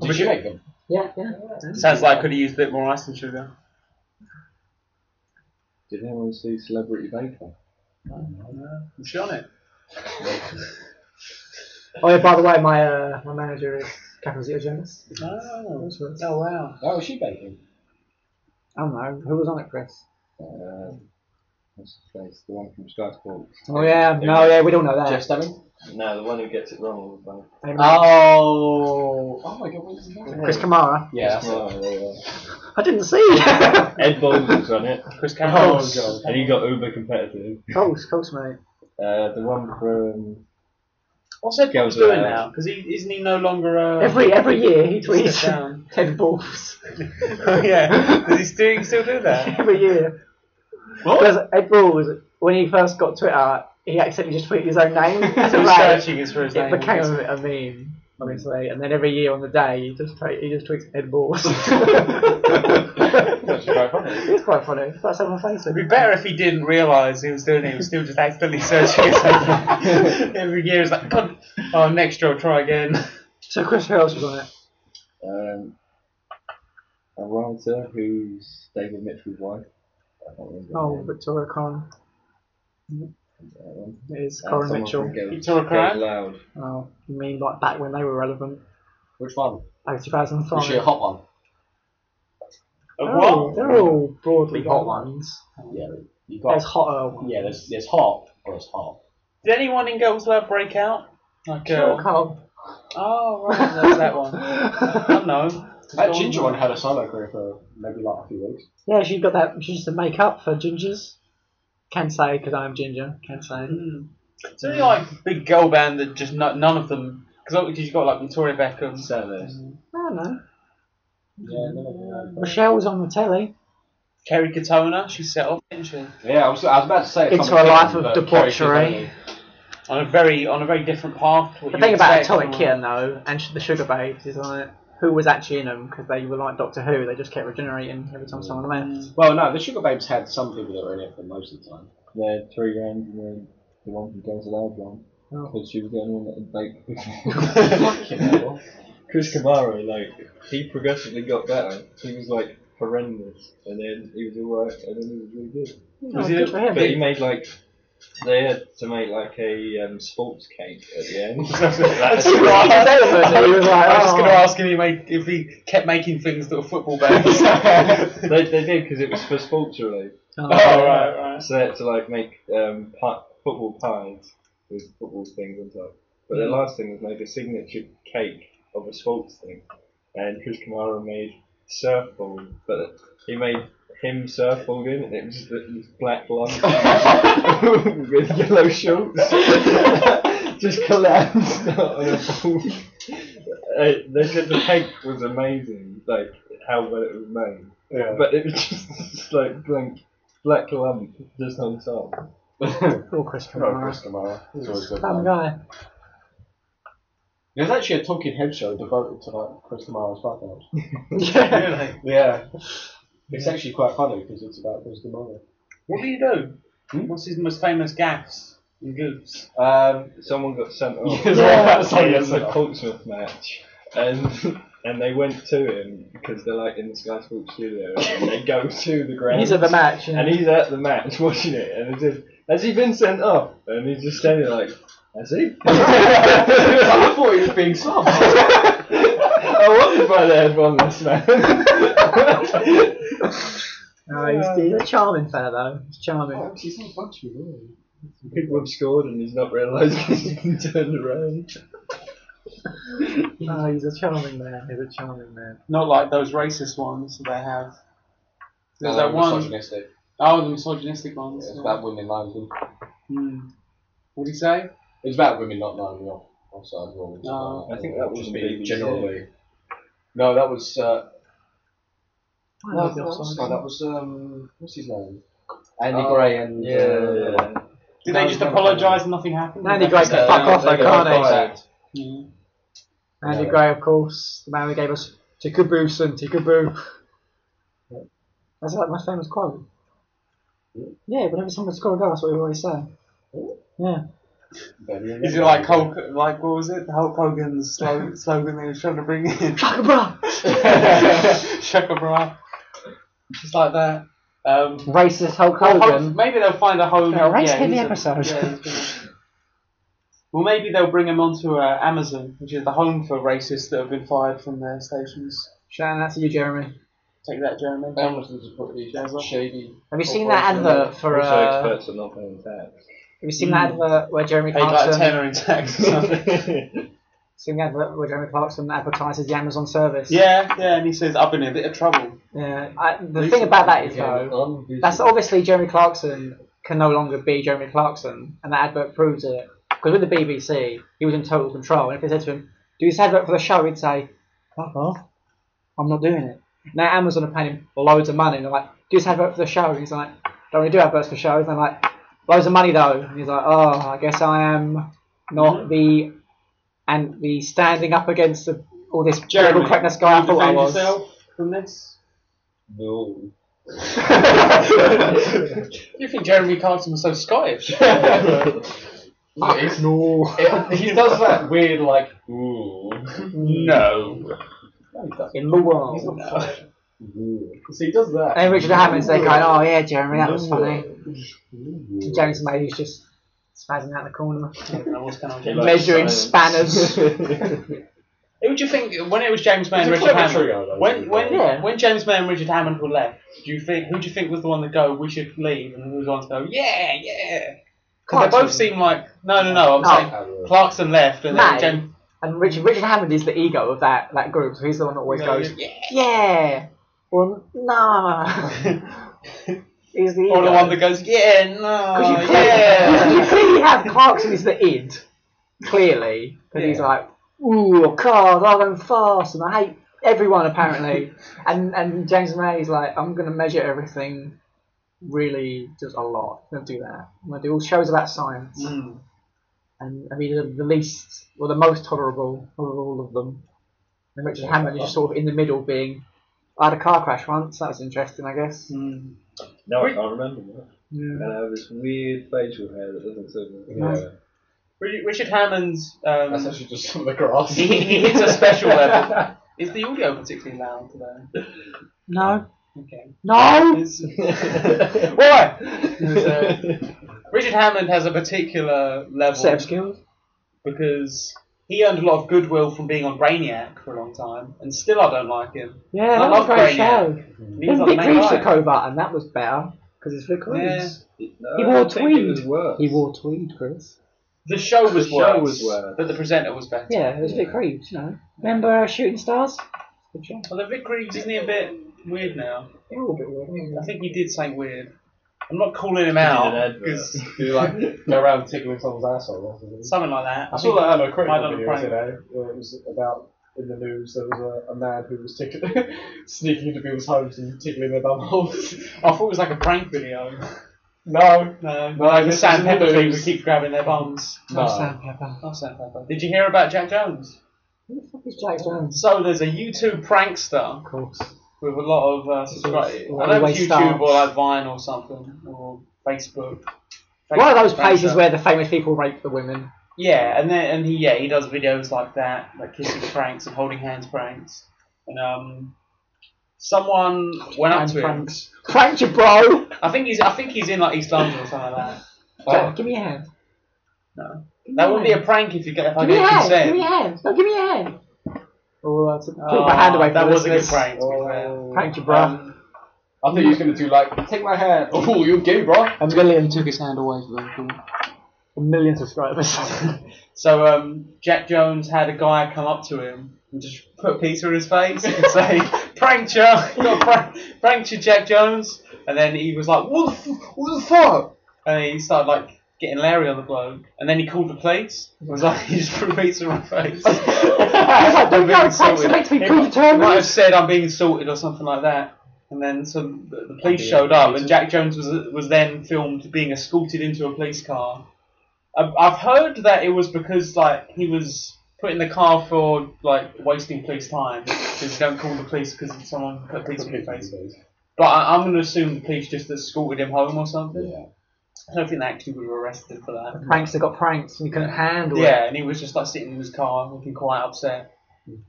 [SPEAKER 3] Did she make them?
[SPEAKER 2] Yeah, yeah.
[SPEAKER 1] Sounds like I could have used a bit more ice and sugar.
[SPEAKER 5] Did anyone see Celebrity Baker?
[SPEAKER 1] Is she on it?
[SPEAKER 2] Oh, yeah, by the way, my uh, my manager is Catherine Zeta Jones.
[SPEAKER 1] Oh. Oh wow.
[SPEAKER 3] Why was she baking?
[SPEAKER 2] I don't know. Who was on it, Chris?
[SPEAKER 5] Uh, what's his face? The one from Sky Sports.
[SPEAKER 2] Oh, yeah. No, yeah, we don't know that.
[SPEAKER 3] Jeff Stebbing?
[SPEAKER 5] No, the one who gets it wrong all the time.
[SPEAKER 2] Maybe not.
[SPEAKER 3] Oh. Oh my god, what is that?
[SPEAKER 2] Chris Kamara.
[SPEAKER 3] Yeah, that's it.
[SPEAKER 5] Oh, yeah,
[SPEAKER 2] I didn't see. of
[SPEAKER 5] yeah. Ed Bowles was on it,
[SPEAKER 1] Chris
[SPEAKER 3] Oh,
[SPEAKER 1] Campbell.
[SPEAKER 3] God.
[SPEAKER 5] and he got uber competitive.
[SPEAKER 2] course, of course, mate.
[SPEAKER 5] Uh, the one from
[SPEAKER 1] What's Ed
[SPEAKER 5] Girls
[SPEAKER 1] Balls doing
[SPEAKER 5] are-
[SPEAKER 1] now? Because he isn't he no longer uh,
[SPEAKER 2] Every every year he
[SPEAKER 1] step
[SPEAKER 2] tweets
[SPEAKER 1] down?
[SPEAKER 2] Ted Balls.
[SPEAKER 1] oh yeah. Does he still, he still do that?
[SPEAKER 2] every year. Because Ed Balls, when he first got Twitter, he accidentally just tweeted his own name.
[SPEAKER 1] He
[SPEAKER 2] so
[SPEAKER 1] was
[SPEAKER 2] like,
[SPEAKER 1] searching is for his
[SPEAKER 2] it
[SPEAKER 1] name.
[SPEAKER 2] became a, a meme, obviously. And then every year on the day, he just tweet, he just tweets Ed Balls.
[SPEAKER 3] That's quite funny.
[SPEAKER 2] it's quite funny. It's quite on Facebook.
[SPEAKER 1] It'd be better if he didn't realise he was doing it. He was still just accidentally searching his name. Every year it's like, God, oh, next year I'll try again.
[SPEAKER 2] So Chris, who else was on it?
[SPEAKER 5] um, a writer who's David Mitchell's wife. I can't remember. her
[SPEAKER 2] Oh,
[SPEAKER 5] name.
[SPEAKER 2] Victoria Corin.
[SPEAKER 5] That one.
[SPEAKER 2] It is
[SPEAKER 5] And
[SPEAKER 2] Corin
[SPEAKER 5] someone
[SPEAKER 2] Mitchell.
[SPEAKER 5] from Girls-
[SPEAKER 1] Victoria
[SPEAKER 5] Girls
[SPEAKER 1] Corin?
[SPEAKER 5] Loud.
[SPEAKER 2] Oh, you mean like back when they were relevant?
[SPEAKER 3] Which one?
[SPEAKER 2] Like
[SPEAKER 3] Was she a
[SPEAKER 2] 2005.
[SPEAKER 3] hot one?
[SPEAKER 2] Oh, they're all broadly
[SPEAKER 3] Hot
[SPEAKER 2] hot ones.
[SPEAKER 3] Yeah, you got.
[SPEAKER 2] There's hotter ones.
[SPEAKER 3] yeah, there's there's hot or it's hot.
[SPEAKER 1] Did anyone in Girls Lab break out? Like,
[SPEAKER 2] Sure,
[SPEAKER 1] uh,
[SPEAKER 2] Carl.
[SPEAKER 1] oh, right, that's that one. I don't know.
[SPEAKER 3] That ginger one had a solo career for maybe like a few weeks.
[SPEAKER 2] Yeah, she's got that. She used to make up for gingers. Can say because I'm ginger. Can say.
[SPEAKER 1] Mm. It's only like big girl band that just no, none of them. Because you've got like Victoria Beckham.
[SPEAKER 5] Service.
[SPEAKER 2] I don't know.
[SPEAKER 3] Yeah, no,
[SPEAKER 2] Rochelle was on the telly.
[SPEAKER 1] Kerry Katona, she set off, didn't she?
[SPEAKER 3] yeah. I was, I was about to say
[SPEAKER 2] Into
[SPEAKER 3] something
[SPEAKER 2] a life
[SPEAKER 3] different,
[SPEAKER 2] of
[SPEAKER 3] but Kerry Kitty
[SPEAKER 2] debauchery.
[SPEAKER 3] Kennedy.
[SPEAKER 1] On a very on a very different path. To what
[SPEAKER 2] The
[SPEAKER 1] you
[SPEAKER 2] thing about
[SPEAKER 1] expect
[SPEAKER 2] Atomic
[SPEAKER 1] from-
[SPEAKER 2] Kitten though, and sh- the Sugar Babes is like, who was actually in them? Because they were like Doctor Who. They just kept regenerating every time someone left.
[SPEAKER 3] Well, no, the Sugar Babes had some people that were in it for most of the time.
[SPEAKER 5] The three grand and then the one from Girls Loud one.
[SPEAKER 2] Oh.
[SPEAKER 5] Because she was the only one that had baked before. Chris Kamara, like, he progressively got better. He was like horrendous, and then he was alright, and then he was really good.
[SPEAKER 1] Was
[SPEAKER 2] Oh,
[SPEAKER 1] it-
[SPEAKER 2] good for him.
[SPEAKER 5] But he made like they had to make like a um, sports cake at the end.
[SPEAKER 1] That's
[SPEAKER 5] That's
[SPEAKER 2] He
[SPEAKER 1] what
[SPEAKER 2] was
[SPEAKER 1] I-
[SPEAKER 2] celebrating, he was like,
[SPEAKER 1] I was just
[SPEAKER 2] "Oh."
[SPEAKER 1] going to ask him he made, if he kept making things that were football based.
[SPEAKER 5] they, they did because it was for sports relief.
[SPEAKER 2] Oh.
[SPEAKER 1] right, right.
[SPEAKER 5] So they had to like make um, pi- football pies with football things on top. But their last thing was make a signature cake of a sports thing. And Chris Kamara made surfboard, but he made him surfboarding, and it was the this black line with yellow shorts. Just collapsed on a ball. Uh, they said the cake was amazing, like how well it was made.
[SPEAKER 3] Yeah.
[SPEAKER 5] But it was just this, like blank black lump just on top.
[SPEAKER 3] But
[SPEAKER 2] Oh, Chris Kamara.
[SPEAKER 3] Chris Kamara. He's always good.
[SPEAKER 2] Damn guy.
[SPEAKER 3] There's actually a Talking Head show devoted to like Chris Kamara's background.
[SPEAKER 2] yeah.
[SPEAKER 1] Really?
[SPEAKER 3] Yeah. It's actually quite funny because it's about Chris Kamara.
[SPEAKER 1] What do you do?
[SPEAKER 3] Hmm?
[SPEAKER 1] What's his most famous gaffs and goofs?
[SPEAKER 5] Um, someone got sent off.
[SPEAKER 3] Yes, Yeah. that's how you
[SPEAKER 5] it was
[SPEAKER 3] end
[SPEAKER 5] a
[SPEAKER 3] up.
[SPEAKER 5] Portsmouth match, and and they went to him because they're like in the Sky Sports studio, and they go to the ground.
[SPEAKER 2] He's at the match.
[SPEAKER 5] and he's at the match watching it, and it's just, has he been sent off? And he's just standing there like, has he? I
[SPEAKER 3] I thought he was being soft.
[SPEAKER 5] wanted by the head one this man.
[SPEAKER 2] No, Oh, he's, he's a charming fella though. He's charming.
[SPEAKER 3] She's not punching me, really.
[SPEAKER 5] People have scored, and he's not realising he's been turned around.
[SPEAKER 2] No, he's a charming man. He's a charming man.
[SPEAKER 1] Not like those racist ones that they have. There's that one.
[SPEAKER 6] misogynistic.
[SPEAKER 1] Oh, the misogynistic ones.
[SPEAKER 6] It's
[SPEAKER 1] yeah.
[SPEAKER 6] about women knowing them.
[SPEAKER 1] Hmm. What do you say?
[SPEAKER 6] It's about women not knowing your offside rules.
[SPEAKER 1] No.
[SPEAKER 5] Oh, I think that was
[SPEAKER 6] Just
[SPEAKER 5] on
[SPEAKER 6] being
[SPEAKER 5] BBC.
[SPEAKER 6] generally. No, that was. Uh, no,
[SPEAKER 2] He's
[SPEAKER 6] that
[SPEAKER 3] Oh,
[SPEAKER 6] was, no,
[SPEAKER 2] offside.
[SPEAKER 6] that was um, what's his name? Andy
[SPEAKER 1] Oh,
[SPEAKER 6] Gray and
[SPEAKER 5] Yeah,
[SPEAKER 6] uh,
[SPEAKER 5] yeah, yeah.
[SPEAKER 1] Did
[SPEAKER 6] No,
[SPEAKER 1] they just
[SPEAKER 6] no, no,
[SPEAKER 1] apologise and nothing happened?
[SPEAKER 2] Andy Gray can
[SPEAKER 6] Yeah,
[SPEAKER 2] fuck
[SPEAKER 6] no,
[SPEAKER 2] off though,
[SPEAKER 6] they got
[SPEAKER 2] can't he?
[SPEAKER 6] fired.
[SPEAKER 1] Yeah.
[SPEAKER 2] Andy
[SPEAKER 6] Yeah.
[SPEAKER 2] Gray, of course, the man who gave us Tickaboo son, Tickaboo. That's like my famous quote. Yeah, whenever someone scores a goal, that's what we always say. Yeah.
[SPEAKER 1] Is it like Hulk, like what was it? Hulk Hogan's slo- slogan they was trying to bring in?
[SPEAKER 2] Fuck bruh!
[SPEAKER 1] Shaka bra. Just like that. Um,
[SPEAKER 2] Racist Hulk
[SPEAKER 1] well, Hulk-
[SPEAKER 2] Hogan.
[SPEAKER 1] maybe they'll find a whole
[SPEAKER 2] Yeah, right,
[SPEAKER 1] yeah,
[SPEAKER 2] heavy
[SPEAKER 1] he's a-
[SPEAKER 2] episode.
[SPEAKER 1] yeah, he's been- well, maybe they'll bring him onto uh, Amazon, which is the home for racists that have been fired from their stations.
[SPEAKER 2] Shannon, that's you, Jeremy.
[SPEAKER 1] Take that, Jeremy.
[SPEAKER 6] Amazon's a pretty
[SPEAKER 1] Amazon.
[SPEAKER 6] shady.
[SPEAKER 2] Have you seen that
[SPEAKER 6] corporation,
[SPEAKER 2] advert for?
[SPEAKER 5] Also,
[SPEAKER 2] Uh, have
[SPEAKER 5] experts are not paying tax.
[SPEAKER 2] you seen that advert where Jeremy
[SPEAKER 1] Paid like a
[SPEAKER 2] Clarkson?
[SPEAKER 1] tenner in tax or something.
[SPEAKER 2] Seen the advert where Jeremy Clarkson advertises the Amazon service.
[SPEAKER 1] yeah, yeah, and he says, I've been in a bit of trouble.
[SPEAKER 2] Yeah. I, the thing about that is though,
[SPEAKER 6] though,
[SPEAKER 2] That's obviously Jeremy Clarkson can no longer be Jeremy Clarkson, and that advert proves it. Because with the BBC, he was in total control. And if they said to him, "Do this advert for the show," he'd say, "Fuck off, I'm not doing it." Now Amazon are paying him loads of money, and they're like, "Do this advert for the show," and he's like, "Don't really do adverts for shows." And they're like, "Loads of money though," and he's like, "Oh, I guess I am
[SPEAKER 1] Mm-hmm.
[SPEAKER 2] not the and the standing up against the, all this
[SPEAKER 1] Jeremy,
[SPEAKER 2] terrible correctness guy I
[SPEAKER 1] you
[SPEAKER 2] thought I
[SPEAKER 1] defend
[SPEAKER 2] was."
[SPEAKER 1] yourself from this?
[SPEAKER 6] No.
[SPEAKER 1] You think Jeremy Clarkson was so Scottish?
[SPEAKER 6] It's- it- he does that weird like. Ooh. No,
[SPEAKER 1] no.
[SPEAKER 6] he doesn't.
[SPEAKER 2] In the world.
[SPEAKER 6] He's not Scottish. So he does that.
[SPEAKER 2] And Richard Hammond's there going, oh yeah, Jeremy, that was funny.
[SPEAKER 6] Ooh.
[SPEAKER 2] James May is just spazzing out the corner,
[SPEAKER 1] I don't know what's going on.
[SPEAKER 5] He
[SPEAKER 1] here.
[SPEAKER 5] likes
[SPEAKER 2] measuring
[SPEAKER 5] silence.
[SPEAKER 2] spanners.
[SPEAKER 1] Who would you think when it was James May and
[SPEAKER 6] It's a
[SPEAKER 1] Richard
[SPEAKER 6] clever
[SPEAKER 1] Hammond?
[SPEAKER 6] trio, though, to
[SPEAKER 1] When
[SPEAKER 6] be
[SPEAKER 1] when
[SPEAKER 6] fair.
[SPEAKER 2] Yeah.
[SPEAKER 1] when James May and Richard Hammond were left, do you think who do you think was the one to go? We should leave, and who was the one to go? Yeah, yeah. Because they both
[SPEAKER 2] Clarkson.
[SPEAKER 1] seem like no, no, no. I'm
[SPEAKER 2] Oh.
[SPEAKER 1] saying Clarkson left, and
[SPEAKER 2] May
[SPEAKER 1] then James
[SPEAKER 2] And Richard, Richard Hammond is the ego of that, that group, so he's the one that always goes,
[SPEAKER 1] yeah.
[SPEAKER 2] yeah, or nah. he's the ego.
[SPEAKER 1] or the one that goes yeah, no,
[SPEAKER 2] Because you, clearly, you,
[SPEAKER 1] yeah.
[SPEAKER 2] you clearly have Clarkson is the id, clearly, because he's
[SPEAKER 6] Yeah.
[SPEAKER 2] like, ooh, cars, I run fast, and I hate everyone apparently. and and James May is like, I'm gonna measure everything, really, just a lot. I'm gonna do that. I'm gonna do all shows about science,
[SPEAKER 1] Mm.
[SPEAKER 2] and I mean the, the least or the most tolerable of all of them. And Richard Hammond is just sort of in the middle, being. I had a car crash once. That was interesting, I guess.
[SPEAKER 1] Mm.
[SPEAKER 5] No, I can't remember that.
[SPEAKER 2] Yeah.
[SPEAKER 5] And I have this weird facial hair that doesn't suit me.
[SPEAKER 6] Yeah.
[SPEAKER 1] Richard, Richard Hammond's um,
[SPEAKER 6] That's actually just some of the grass.
[SPEAKER 1] he, he hits a special level. Is the audio particularly loud today?
[SPEAKER 2] No,
[SPEAKER 1] Okay.
[SPEAKER 2] no.
[SPEAKER 1] It's- Why? uh, Richard Hammond has a particular level
[SPEAKER 2] Set of skills.
[SPEAKER 1] because he earned a lot of goodwill from being on Brainiac for a long time, and still I don't like him.
[SPEAKER 2] Yeah,
[SPEAKER 1] I
[SPEAKER 2] that was
[SPEAKER 1] love
[SPEAKER 2] a great
[SPEAKER 1] Brainiac.
[SPEAKER 2] show.
[SPEAKER 1] And He's
[SPEAKER 2] Even
[SPEAKER 1] not the
[SPEAKER 2] Vic
[SPEAKER 1] main
[SPEAKER 2] Reeves
[SPEAKER 1] guy.
[SPEAKER 2] took over, and that was better because it's Vic Reeves.
[SPEAKER 5] No,
[SPEAKER 2] He wore
[SPEAKER 5] I think
[SPEAKER 2] tweed.
[SPEAKER 5] It was worse.
[SPEAKER 2] He wore tweed, Chris.
[SPEAKER 1] The show was
[SPEAKER 5] The
[SPEAKER 1] worse,
[SPEAKER 5] show was worse.
[SPEAKER 1] but the presenter was better.
[SPEAKER 2] Yeah, it was Vic Reeves. You know, remember uh, Shooting Stars? Good show.
[SPEAKER 1] Although Vic Reeves isn't he a bit weird now?
[SPEAKER 2] They're all a bit weird, aren't
[SPEAKER 1] I
[SPEAKER 2] they?
[SPEAKER 1] think he did something weird. I'm not calling him
[SPEAKER 5] did an
[SPEAKER 1] out
[SPEAKER 5] advert.
[SPEAKER 1] because
[SPEAKER 6] You like go around tickling someone's asshole. that's what it is.
[SPEAKER 1] something like that.
[SPEAKER 3] I saw that Hello
[SPEAKER 1] My
[SPEAKER 3] Critical
[SPEAKER 1] Little
[SPEAKER 3] video
[SPEAKER 1] Prank.
[SPEAKER 3] today, where it was about in the news there was a, a man who was tickling, sneaking into people's homes and tickling their bumholes.
[SPEAKER 1] I thought it was like a prank video.
[SPEAKER 3] no,
[SPEAKER 1] No,
[SPEAKER 3] No,
[SPEAKER 1] like the
[SPEAKER 3] this
[SPEAKER 1] Sam
[SPEAKER 3] isn't the
[SPEAKER 1] Pepper people
[SPEAKER 3] news.
[SPEAKER 1] keep grabbing their bums.
[SPEAKER 2] Oh,
[SPEAKER 3] no.
[SPEAKER 2] Sam Pepper.
[SPEAKER 1] Oh, Sam Pepper. Did you hear about Jack Jones?
[SPEAKER 2] Who the fuck is Jack Jones?
[SPEAKER 1] So there's a YouTube prankster
[SPEAKER 2] Of course.
[SPEAKER 1] with a lot of uh, subscribers. I know
[SPEAKER 2] one-way
[SPEAKER 1] it's YouTube
[SPEAKER 2] stance.
[SPEAKER 1] or like Vine or something or Facebook.
[SPEAKER 2] One of those
[SPEAKER 1] Facebook,
[SPEAKER 2] places
[SPEAKER 1] Facebook.
[SPEAKER 2] where the famous people rape the women.
[SPEAKER 1] Yeah, and then and he yeah he does videos like that, like kissing pranks and holding hands pranks. And um, someone went up
[SPEAKER 2] Hand
[SPEAKER 1] to him.
[SPEAKER 2] pranks. Pranked you, bro!
[SPEAKER 1] I think he's I think he's in like East London or something like that.
[SPEAKER 2] Jack, give me a hand.
[SPEAKER 1] No, that would be a prank if you get if I
[SPEAKER 2] Give me
[SPEAKER 1] get
[SPEAKER 2] a hand. Give me a
[SPEAKER 1] consent.
[SPEAKER 2] hand. No, give me a hand. Oh, that's a, put
[SPEAKER 1] Oh,
[SPEAKER 2] my hand away from
[SPEAKER 1] that
[SPEAKER 2] the
[SPEAKER 1] was a good
[SPEAKER 2] listeners.
[SPEAKER 1] prank. To be
[SPEAKER 2] Oh.
[SPEAKER 1] fair.
[SPEAKER 2] Thank you, bruh.
[SPEAKER 1] Um,
[SPEAKER 6] I think he's gonna do like, take my hand. Oh, you're gay, bro.
[SPEAKER 2] a million took his hand away from them. A million subscribers.
[SPEAKER 1] so um, Jack Jones had a guy come up to him and just put a pizza in his face and say, "Pranked you, got prank, pranked you, Jack Jones." And then he was like, "What the, f- what the fuck?" And he started like getting Larry on the bloke. And then he called the police. It was like he just threw pizza in my face.
[SPEAKER 2] I was like,
[SPEAKER 1] I'm
[SPEAKER 2] don't
[SPEAKER 1] being
[SPEAKER 2] go, it
[SPEAKER 1] insulted.
[SPEAKER 2] makes me
[SPEAKER 1] He might have
[SPEAKER 2] predetermined.
[SPEAKER 1] said I'm being assaulted or something like that. And then some the the police showed up, and Jack Jones was was then filmed being escorted into a police car. I've, I've heard that it was because like he was put in the car for like wasting police time because you don't call the police because someone put pizza in your face. But I, I'm going to assume the police just escorted him home or something.
[SPEAKER 6] Yeah.
[SPEAKER 1] I don't think they actually were arrested for that.
[SPEAKER 2] Pranks that got pranks and you couldn't handle it.
[SPEAKER 1] Yeah, and he was just like sitting in his car looking quite upset.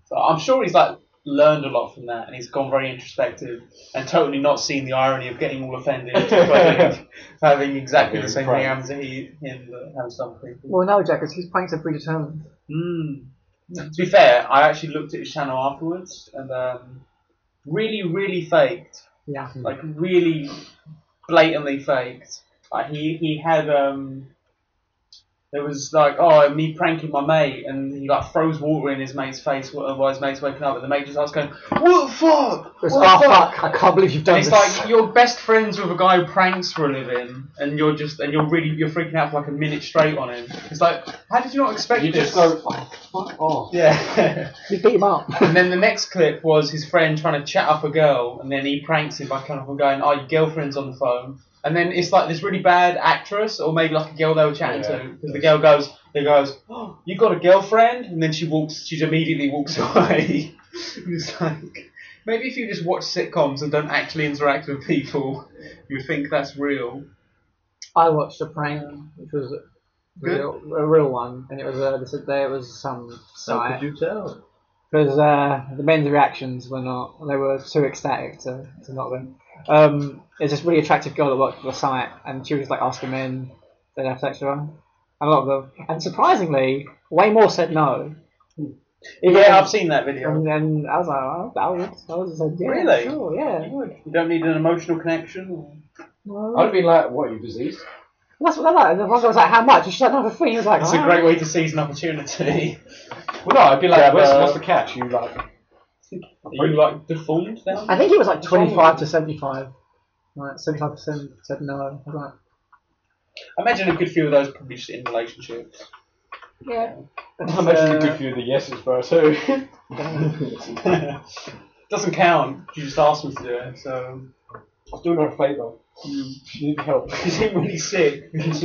[SPEAKER 1] So I'm sure he's like learned a lot from that and he's gone very introspective and totally not seen the irony of getting all offended by having exactly the same thing happens to he, him that happens to other people.
[SPEAKER 2] Well, no, Jack, because his pranks are predetermined.
[SPEAKER 1] Mm. To be fair, I actually looked at his channel afterwards and um, really, really faked
[SPEAKER 2] Yeah.
[SPEAKER 1] like really blatantly faked. Like he he had um, there was like oh me pranking my mate, and he like throws water in his mate's face while his mate's waking up, and the mate just starts going what the fuck,
[SPEAKER 2] It's,
[SPEAKER 1] what
[SPEAKER 2] oh,
[SPEAKER 1] the fuck.
[SPEAKER 2] fuck, I can't believe you've
[SPEAKER 1] And
[SPEAKER 2] done
[SPEAKER 1] it's
[SPEAKER 2] this.
[SPEAKER 1] like you're best friends with a guy who pranks for a living, and you're just and you're really you're freaking out for like a minute straight on him. It's like how did you not expect
[SPEAKER 6] You
[SPEAKER 1] this?
[SPEAKER 6] just go, oh, fuck off.
[SPEAKER 1] yeah.
[SPEAKER 2] you beat him up.
[SPEAKER 1] And then the next clip was his friend trying to chat up a girl, and then he pranks him by kind of going, "Oh, your girlfriend's on the phone." And then it's like this really bad actress, or maybe like a girl they were chatting to, 'cause to, because the girl goes, "They goes, oh, you got a girlfriend?" And then she walks, she immediately walks away. it's like maybe if you just watch sitcoms and don't actually interact with people, you would think that's real.
[SPEAKER 2] I watched a prank, which was a real, a real one, and it was uh, this, there was some
[SPEAKER 5] How
[SPEAKER 2] site
[SPEAKER 5] could you tell?
[SPEAKER 2] because uh, the men's reactions were not they were too ecstatic to, to not them. Um, there's this really attractive girl that worked for the site, and she was like asking men if they'd have sex with her, and a lot of them, and surprisingly, way more said no. Even-
[SPEAKER 1] Yeah, I've seen that video.
[SPEAKER 2] And, and I was like, oh, I would, I would have said, yeah,
[SPEAKER 1] Really?
[SPEAKER 2] sure, yeah.
[SPEAKER 1] You don't need an emotional connection. Or...
[SPEAKER 2] Well,
[SPEAKER 6] I'd have been like, what, you diseased?
[SPEAKER 2] that's what I like. And the one guy was like, how much? And she's like, no, for free. And I was like,
[SPEAKER 1] It's a
[SPEAKER 2] "Oh."
[SPEAKER 1] great way to seize an opportunity.
[SPEAKER 6] Well, no, I'd be like,
[SPEAKER 1] Yeah,
[SPEAKER 6] what's,
[SPEAKER 1] but-
[SPEAKER 3] uh,
[SPEAKER 6] what's the catch? You like,
[SPEAKER 1] Are you like deformed now?
[SPEAKER 2] I think it was like 25 to 75. Like 75% said no. I was like,
[SPEAKER 1] I imagine a good few of those probably just in relationships.
[SPEAKER 6] I
[SPEAKER 2] Uh,
[SPEAKER 6] imagine a good few of the yeses, bro, too.
[SPEAKER 1] Doesn't count. You just asked me to do it, so
[SPEAKER 6] I'm doing her a favour. She needs help.
[SPEAKER 1] you seem really sick. you just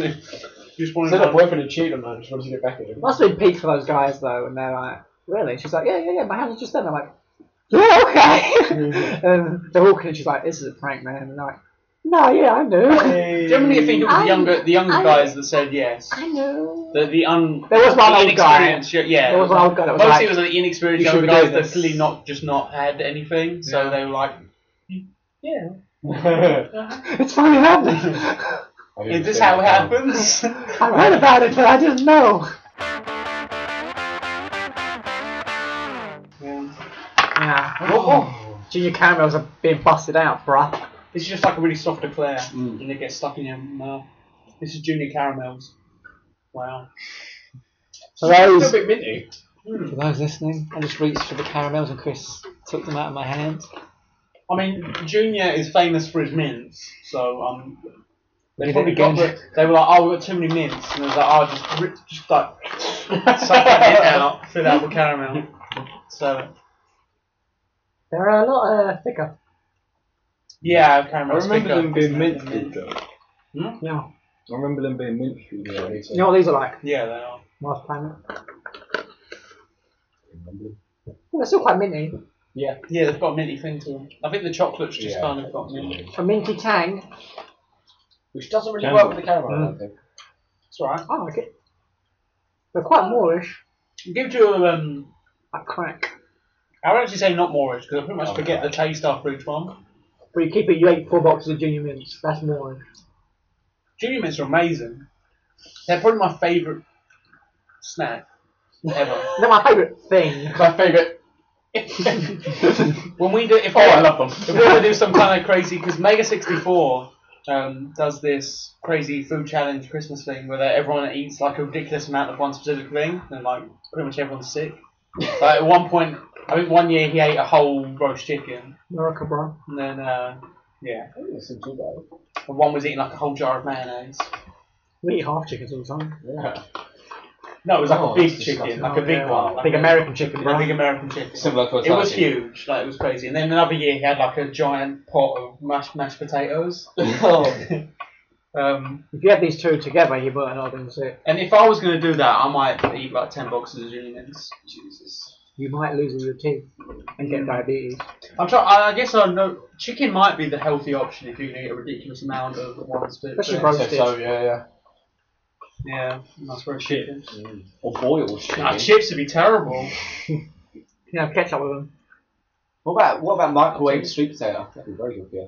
[SPEAKER 1] wanted
[SPEAKER 6] Instead of
[SPEAKER 1] to.
[SPEAKER 6] boyfriend and cheating on her, she wants to get back at him.
[SPEAKER 2] Must be peak for those guys though, and they're like, really? She's like, yeah, yeah, yeah, my house is just then. I'm like, yeah, okay. and they're walking, and she's like, this is a prank, man. And they're like, no, yeah, I knew.
[SPEAKER 1] Generally, I think it was the
[SPEAKER 2] I'm-
[SPEAKER 1] younger, the younger
[SPEAKER 2] I'm-
[SPEAKER 1] guys that said yes.
[SPEAKER 2] I knew.
[SPEAKER 1] The, the un.
[SPEAKER 2] There was one
[SPEAKER 1] the
[SPEAKER 2] old guy.
[SPEAKER 1] inexperienced- Yeah.
[SPEAKER 2] There was an old guy that was
[SPEAKER 1] Mostly
[SPEAKER 2] like,
[SPEAKER 1] it was an inexperienced
[SPEAKER 2] "You should
[SPEAKER 1] younger
[SPEAKER 2] be
[SPEAKER 1] guys
[SPEAKER 2] doing
[SPEAKER 1] that
[SPEAKER 2] this."
[SPEAKER 1] clearly not just not had anything, so they were like, "Hmm, yeah.
[SPEAKER 2] it's finally happening.
[SPEAKER 1] Is this how it happens?
[SPEAKER 2] I read about it, but I didn't know.
[SPEAKER 1] yeah.
[SPEAKER 2] Yeah. Oh, Junior cameras are being busted out, bruh.
[SPEAKER 1] This is just like a really soft eclair,
[SPEAKER 2] Mm.
[SPEAKER 1] and it gets stuck in your mouth. This is junior caramels. Wow.
[SPEAKER 2] For those,
[SPEAKER 6] It's a bit minty.
[SPEAKER 1] Hmm.
[SPEAKER 2] for those listening, I just reached for the caramels and Chris took them out of my hand.
[SPEAKER 1] I mean, Junior is famous for his mints, so um, they
[SPEAKER 2] Did
[SPEAKER 1] probably
[SPEAKER 2] it
[SPEAKER 1] got
[SPEAKER 2] again.
[SPEAKER 1] the, They were like, "Oh, we've got too many mints," and I was like, "Oh, just rip, just like suck that mint out, fill it out with caramel." So
[SPEAKER 2] They're a lot uh, thicker.
[SPEAKER 1] yeah, caramel.
[SPEAKER 5] I remember them being mint
[SPEAKER 1] mint.
[SPEAKER 5] though.
[SPEAKER 2] Yeah.
[SPEAKER 5] I remember them being mint food.
[SPEAKER 2] You know what these are like?
[SPEAKER 1] Yeah, they are.
[SPEAKER 2] Mars Planet. Ooh, they're still quite minty.
[SPEAKER 3] Yeah.
[SPEAKER 1] Yeah, they've got a minty thing to them. I think the chocolate's just
[SPEAKER 3] Yeah.
[SPEAKER 1] kind of got minty.
[SPEAKER 2] A minty tang.
[SPEAKER 3] Which doesn't really
[SPEAKER 5] Candle.
[SPEAKER 3] work with the caramel, I don't think.
[SPEAKER 1] It's alright.
[SPEAKER 2] I like it. Oh, They're quite Moorish.
[SPEAKER 1] It gives you a. Um,
[SPEAKER 2] Like crack.
[SPEAKER 1] I would actually say not Moorish because I pretty much
[SPEAKER 3] Oh,
[SPEAKER 1] forget
[SPEAKER 3] right.
[SPEAKER 1] the taste after each one.
[SPEAKER 2] But you keep it, you ate four boxes of junior mints. That's Moorish.
[SPEAKER 1] Junior mints are amazing. They're probably my favourite snack ever.
[SPEAKER 2] They're my favourite thing.
[SPEAKER 3] My favourite
[SPEAKER 1] when we do, if
[SPEAKER 3] Oh,
[SPEAKER 1] we-
[SPEAKER 3] I love them.
[SPEAKER 1] If we ever do some kind of crazy, because Mega sixty four um, does this crazy food challenge Christmas thing where they- everyone eats like a ridiculous amount of one specific thing, and like pretty much everyone's sick. Like at one point, I think one year he ate a whole roast chicken,
[SPEAKER 2] Morocco, bro.
[SPEAKER 1] and then uh, yeah,
[SPEAKER 3] It's not too
[SPEAKER 1] and one was eating like a whole jar of mayonnaise.
[SPEAKER 2] We eat half chickens all the time.
[SPEAKER 3] bad. Yeah.
[SPEAKER 1] No, it was like
[SPEAKER 3] Oh,
[SPEAKER 1] a big
[SPEAKER 3] that's
[SPEAKER 1] chicken,
[SPEAKER 3] disgusting.
[SPEAKER 1] like a big
[SPEAKER 2] Yeah.
[SPEAKER 1] one, Oh, like
[SPEAKER 2] Big
[SPEAKER 1] a-
[SPEAKER 2] American chicken,
[SPEAKER 1] a
[SPEAKER 2] bro.
[SPEAKER 1] big American chicken.
[SPEAKER 3] Similar to a
[SPEAKER 1] It was
[SPEAKER 3] turkey.
[SPEAKER 1] huge, like it was crazy. And then another year he had like a giant pot of mashed mashed potatoes.
[SPEAKER 3] oh.
[SPEAKER 1] Um,
[SPEAKER 2] If you had these two together, you weren't all been sick.
[SPEAKER 1] and if I was gonna do that, I might eat like ten boxes of Julian's. Jesus.
[SPEAKER 2] You might lose all your teeth and
[SPEAKER 1] Mm.
[SPEAKER 2] get diabetes.
[SPEAKER 1] I'm trying. I I guess I know chicken might be the healthy option if you're gonna get a ridiculous amount of one split.
[SPEAKER 2] Especially
[SPEAKER 1] thing.
[SPEAKER 2] brown-
[SPEAKER 3] So, so, yeah, yeah.
[SPEAKER 1] Yeah, that's where chicken.
[SPEAKER 3] Or boiled chicken.
[SPEAKER 1] Nah, chips would be terrible.
[SPEAKER 2] You know, catch up with them.
[SPEAKER 3] What about what about microwave sweet potato? That'd be very good, yeah.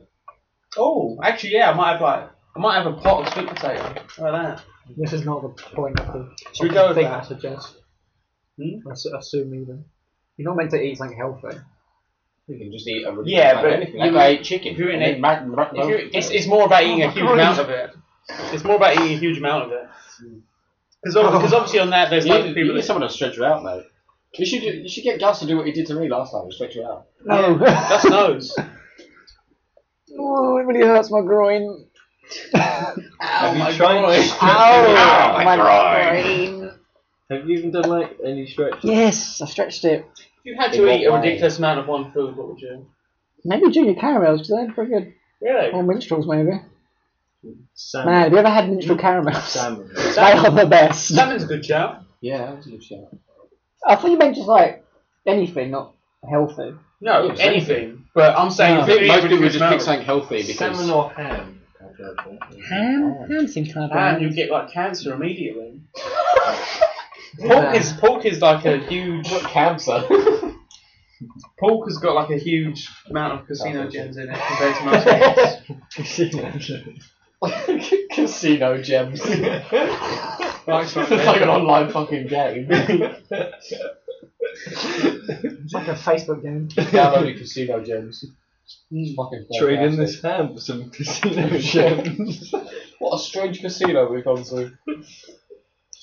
[SPEAKER 1] Oh, actually, yeah, I might have like I might have a pot of sweet potato. How about that?
[SPEAKER 2] This is not the point of the
[SPEAKER 1] Should we go with
[SPEAKER 2] thing
[SPEAKER 1] that?
[SPEAKER 2] I suggest.
[SPEAKER 1] Hmm?
[SPEAKER 2] I su- assume even. You're not meant to eat something healthy.
[SPEAKER 3] You can just eat a really
[SPEAKER 1] Yeah,
[SPEAKER 3] like
[SPEAKER 1] but
[SPEAKER 3] anything.
[SPEAKER 1] you-
[SPEAKER 3] Like I ate chicken.
[SPEAKER 1] if you're in
[SPEAKER 3] and
[SPEAKER 1] it-
[SPEAKER 3] then mac- mac-
[SPEAKER 1] If you,
[SPEAKER 3] potato.
[SPEAKER 1] it's, it's more about eating a huge amount of it. It's more about eating a huge amount of it. Because obviously on that there's
[SPEAKER 3] you
[SPEAKER 1] loads of
[SPEAKER 3] need, you
[SPEAKER 1] people.
[SPEAKER 3] need
[SPEAKER 1] that-
[SPEAKER 3] someone to stretch you out, mate. You should do, you should get Gus to do what he did to me last time and stretch you out.
[SPEAKER 1] Yeah, Gus knows.
[SPEAKER 2] Oh, it really hurts my groin.
[SPEAKER 5] Have you tried?
[SPEAKER 1] Oh,
[SPEAKER 2] Ow, my, groin.
[SPEAKER 5] Have you even done like any stretch?
[SPEAKER 2] Yes, I stretched it.
[SPEAKER 1] If you had
[SPEAKER 3] In
[SPEAKER 1] to
[SPEAKER 3] what
[SPEAKER 1] eat a
[SPEAKER 3] way?
[SPEAKER 1] ridiculous amount of one food, what would you?
[SPEAKER 2] Maybe junior caramels because they're pretty good.
[SPEAKER 1] Really?
[SPEAKER 3] Oh
[SPEAKER 2] Or minstrels, maybe.
[SPEAKER 5] Salmon.
[SPEAKER 2] Man, have you ever had minstrel caramels?
[SPEAKER 5] Salmon.
[SPEAKER 2] They are the best.
[SPEAKER 1] Salmon's a good shout.
[SPEAKER 3] Yeah, that was a good shout.
[SPEAKER 2] I thought you meant just like anything, not healthy.
[SPEAKER 1] No,
[SPEAKER 3] Yeah,
[SPEAKER 1] anything. But I'm saying
[SPEAKER 3] I
[SPEAKER 1] if you
[SPEAKER 3] think
[SPEAKER 1] eat
[SPEAKER 3] most
[SPEAKER 1] a
[SPEAKER 3] people would
[SPEAKER 1] ridiculous
[SPEAKER 3] just pick
[SPEAKER 1] amount of
[SPEAKER 3] something healthy
[SPEAKER 5] Salmon
[SPEAKER 3] because
[SPEAKER 5] or ham. I've heard that.
[SPEAKER 2] Ham? Ham seems kind of
[SPEAKER 1] ham,
[SPEAKER 2] bland.
[SPEAKER 1] you get like cancer immediately. Pork is pork is like a huge
[SPEAKER 3] cancer.
[SPEAKER 1] pork has got like a huge amount of carcinogens in it compared to most meats.
[SPEAKER 3] Casino gems.
[SPEAKER 1] Like
[SPEAKER 3] it's like an online fucking game.
[SPEAKER 2] It's like a Facebook game.
[SPEAKER 3] Downloading casino gems. It's fucking
[SPEAKER 5] Trade in
[SPEAKER 3] fantastic.
[SPEAKER 5] this ham for some casino gems.
[SPEAKER 3] What a strange casino we've gone to.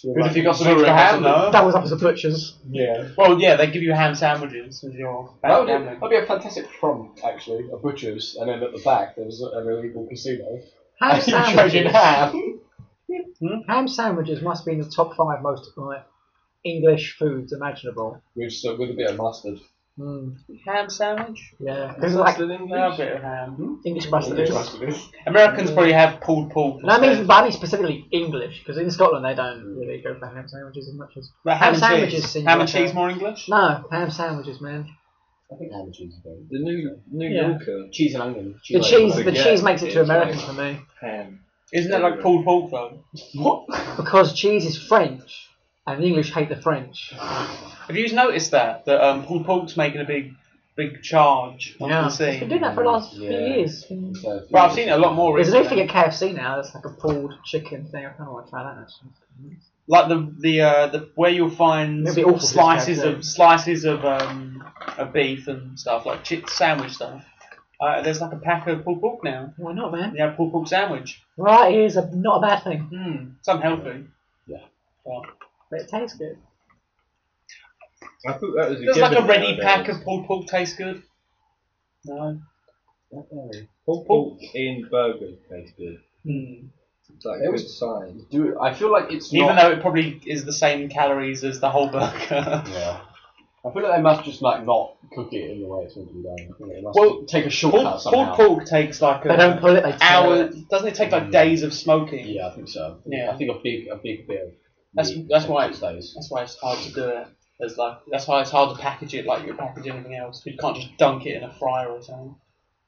[SPEAKER 1] Good if you got some
[SPEAKER 3] Sure,
[SPEAKER 1] extra
[SPEAKER 3] it
[SPEAKER 1] ham
[SPEAKER 3] hasn't.
[SPEAKER 1] though.
[SPEAKER 2] That was up as a butcher's.
[SPEAKER 3] Yeah.
[SPEAKER 1] Well, yeah, they give you ham sandwiches with your
[SPEAKER 3] That would, be,
[SPEAKER 1] backgammon.
[SPEAKER 3] that'd be a fantastic prompt, actually, a butcher's, and then at the back there was an illegal casino.
[SPEAKER 2] Ham
[SPEAKER 3] and you trade in
[SPEAKER 2] sandwiches.
[SPEAKER 3] ham.
[SPEAKER 2] Ham sandwiches must be in the top five most like English foods imaginable.
[SPEAKER 3] With, some, with a bit of mustard.
[SPEAKER 2] Mm,
[SPEAKER 1] Ham sandwich?
[SPEAKER 2] yeah, because like
[SPEAKER 1] Yeah, a bit of ham.
[SPEAKER 2] English mustard is.
[SPEAKER 3] Mustard is.
[SPEAKER 1] Americans probably have pulled pork.
[SPEAKER 2] No, I mean,
[SPEAKER 1] instead.
[SPEAKER 2] but I mean specifically English, because in Scotland they don't really go for ham sandwiches as much as.
[SPEAKER 1] But ham,
[SPEAKER 2] ham
[SPEAKER 1] and
[SPEAKER 2] sandwiches
[SPEAKER 1] cheese.
[SPEAKER 2] seem
[SPEAKER 1] Ham and
[SPEAKER 2] like a-
[SPEAKER 1] cheese more English?
[SPEAKER 2] No, ham sandwiches, man.
[SPEAKER 3] I think ham and cheese is very good.
[SPEAKER 5] The New New
[SPEAKER 2] Yeah.
[SPEAKER 5] Yorker
[SPEAKER 3] Cheese and onion.
[SPEAKER 2] The
[SPEAKER 3] and
[SPEAKER 2] cheese,
[SPEAKER 3] onion.
[SPEAKER 2] the
[SPEAKER 5] yeah,
[SPEAKER 2] cheese makes it
[SPEAKER 5] it's
[SPEAKER 2] too American
[SPEAKER 5] like-
[SPEAKER 2] for me
[SPEAKER 5] ham.
[SPEAKER 1] Isn't it like pulled pork though?
[SPEAKER 2] because cheese is French, and the English hate the French.
[SPEAKER 1] Have you noticed that that um, pulled pork's making a big, big charge on
[SPEAKER 2] Yeah.
[SPEAKER 1] the
[SPEAKER 2] They've been
[SPEAKER 1] scene?
[SPEAKER 2] doing that for the last few
[SPEAKER 3] Yeah.
[SPEAKER 2] years.
[SPEAKER 3] So-
[SPEAKER 1] But I've seen it a lot more
[SPEAKER 2] There's
[SPEAKER 1] recently.
[SPEAKER 2] a new thing at KFC now that's like a pulled chicken thing. I kind of want to try that actually.
[SPEAKER 1] like the the uh, the where you'll find
[SPEAKER 2] It'd be awful if it's
[SPEAKER 1] slices
[SPEAKER 2] bad,
[SPEAKER 1] of slices of um of beef and stuff like chip sandwich stuff. Uh, there's like a pack of pulled pork now.
[SPEAKER 2] Why not, man?
[SPEAKER 1] They have pulled pork sandwich.
[SPEAKER 2] Right, it is a, not a bad thing,
[SPEAKER 1] Hmm, it's unhealthy.
[SPEAKER 2] but it tastes good.
[SPEAKER 5] I thought that was a
[SPEAKER 1] There's like a
[SPEAKER 5] given
[SPEAKER 1] ready
[SPEAKER 5] nowadays.
[SPEAKER 1] pack of pulled pork tastes good. No.
[SPEAKER 5] Pulled pork in burgers tastes good.
[SPEAKER 1] Hmm.
[SPEAKER 5] It's like
[SPEAKER 3] It
[SPEAKER 5] a
[SPEAKER 3] was-
[SPEAKER 5] good sign.
[SPEAKER 3] Do I feel like it's
[SPEAKER 1] Even
[SPEAKER 3] not,
[SPEAKER 1] though it probably is the same calories as the whole burger.
[SPEAKER 3] Yeah. I feel like they must just like not cook it in the way it's meant to be done. I feel like they must
[SPEAKER 1] Well,
[SPEAKER 3] take a
[SPEAKER 1] Pulled,
[SPEAKER 3] shortcut somehow.
[SPEAKER 1] pulled pork takes like
[SPEAKER 2] They don't
[SPEAKER 1] a
[SPEAKER 2] pull it, they tear
[SPEAKER 1] hour.
[SPEAKER 2] it.
[SPEAKER 1] Doesn't it take like days of smoking?
[SPEAKER 3] Yeah, I think so.
[SPEAKER 1] Yeah.
[SPEAKER 3] I think a big, a big bit of.
[SPEAKER 1] That's-
[SPEAKER 3] meat
[SPEAKER 1] that's why
[SPEAKER 3] these days.
[SPEAKER 1] That's why it's hard to do it. There's like that's why it's hard to package it like you package anything else. You can't just dunk it in a fryer or something.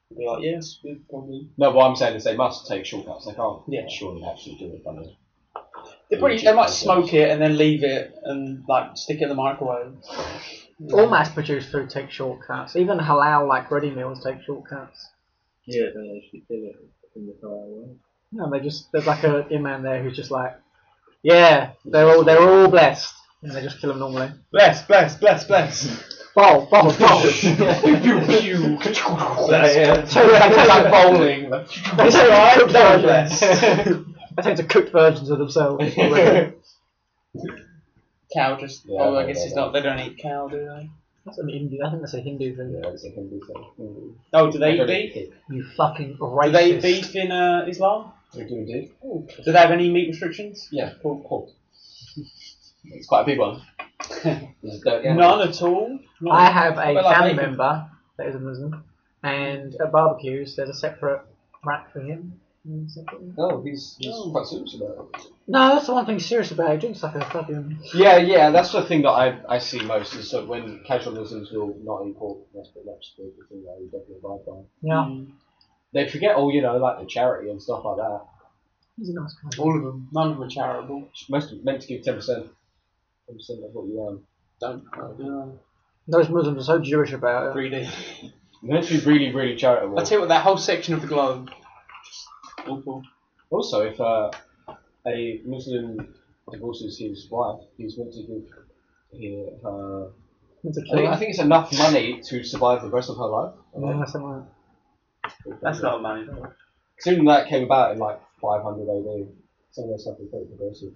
[SPEAKER 1] You'd be like, yes, we probably.
[SPEAKER 3] No, what I'm saying is they must take shortcuts. They can't
[SPEAKER 1] Yeah.
[SPEAKER 3] surely actually do it. Funny.
[SPEAKER 1] They probably they might smoke it and then leave it and like stick it in the microwave.
[SPEAKER 2] All mass-produced food takes shortcuts. Even halal, like ready meals, take shortcuts.
[SPEAKER 5] Yeah, they actually did it in the fire way.
[SPEAKER 2] No, they just there's like a imam there who's just like, yeah, they're all they're all blessed, and they just kill them normally.
[SPEAKER 1] Bless, bless, bless, bless.
[SPEAKER 2] Bowl, bowl, bowl.
[SPEAKER 7] like bowling.
[SPEAKER 2] That's all right.
[SPEAKER 1] Cooked
[SPEAKER 2] They're
[SPEAKER 1] versions.
[SPEAKER 2] blessed. They tend to cooked versions of themselves. That's
[SPEAKER 1] Cow just.
[SPEAKER 3] Yeah,
[SPEAKER 1] oh, I
[SPEAKER 3] yeah,
[SPEAKER 1] guess
[SPEAKER 3] yeah,
[SPEAKER 1] it's
[SPEAKER 3] yeah.
[SPEAKER 1] not. They don't eat cow, do they?
[SPEAKER 2] an Hindu. I think that's a Hindu thing.
[SPEAKER 3] Yeah, it's a Hindu thing.
[SPEAKER 1] Oh, do they
[SPEAKER 3] They
[SPEAKER 1] eat
[SPEAKER 3] don't
[SPEAKER 1] beef?
[SPEAKER 2] You fucking
[SPEAKER 1] Do they eat
[SPEAKER 2] racist.
[SPEAKER 1] beef in uh, Islam?
[SPEAKER 3] They do indeed.
[SPEAKER 1] Do they have any meat restrictions?
[SPEAKER 3] Yeah, cool, cool. It's quite a big one. There's a dirty animal.
[SPEAKER 1] None at all. Not-
[SPEAKER 2] I have a
[SPEAKER 1] Well, I
[SPEAKER 2] family
[SPEAKER 1] make it.
[SPEAKER 2] member that is a Muslim, and at barbecues there's a separate rack for him. and separate-
[SPEAKER 3] No, Oh, he's, he's quite serious about it.
[SPEAKER 2] No, that's the one thing serious about. He drinks like a fucking.
[SPEAKER 3] Yeah, yeah, that's the thing that I, I see most is that when casual Muslims will not eat pork, that's pretty much the the thing that I definitely abide by.
[SPEAKER 2] Yeah,
[SPEAKER 1] Mm.
[SPEAKER 3] They forget all, you know, like the charity and stuff like that.
[SPEAKER 2] he's a nice guy.
[SPEAKER 1] All of them. None of them are charitable.
[SPEAKER 3] Most meant to give ten percent. Ten percent of what you earn.
[SPEAKER 1] Don't.
[SPEAKER 2] Those Muslims are so Jewish about it.
[SPEAKER 1] Greedy.
[SPEAKER 3] You're meant to be really, really charitable.
[SPEAKER 1] I tell you what, that whole section of the globe. Just awful.
[SPEAKER 3] Also, if uh, a Muslim divorces his wife, he's meant to give her, her
[SPEAKER 2] It's a
[SPEAKER 3] I think, I
[SPEAKER 2] killer.
[SPEAKER 3] think it's enough money to survive the rest of her life.
[SPEAKER 2] Yeah, something like that.
[SPEAKER 1] That's not money.
[SPEAKER 3] Soon that came about in like 500 AD. Some of that stuff is pretty progressive.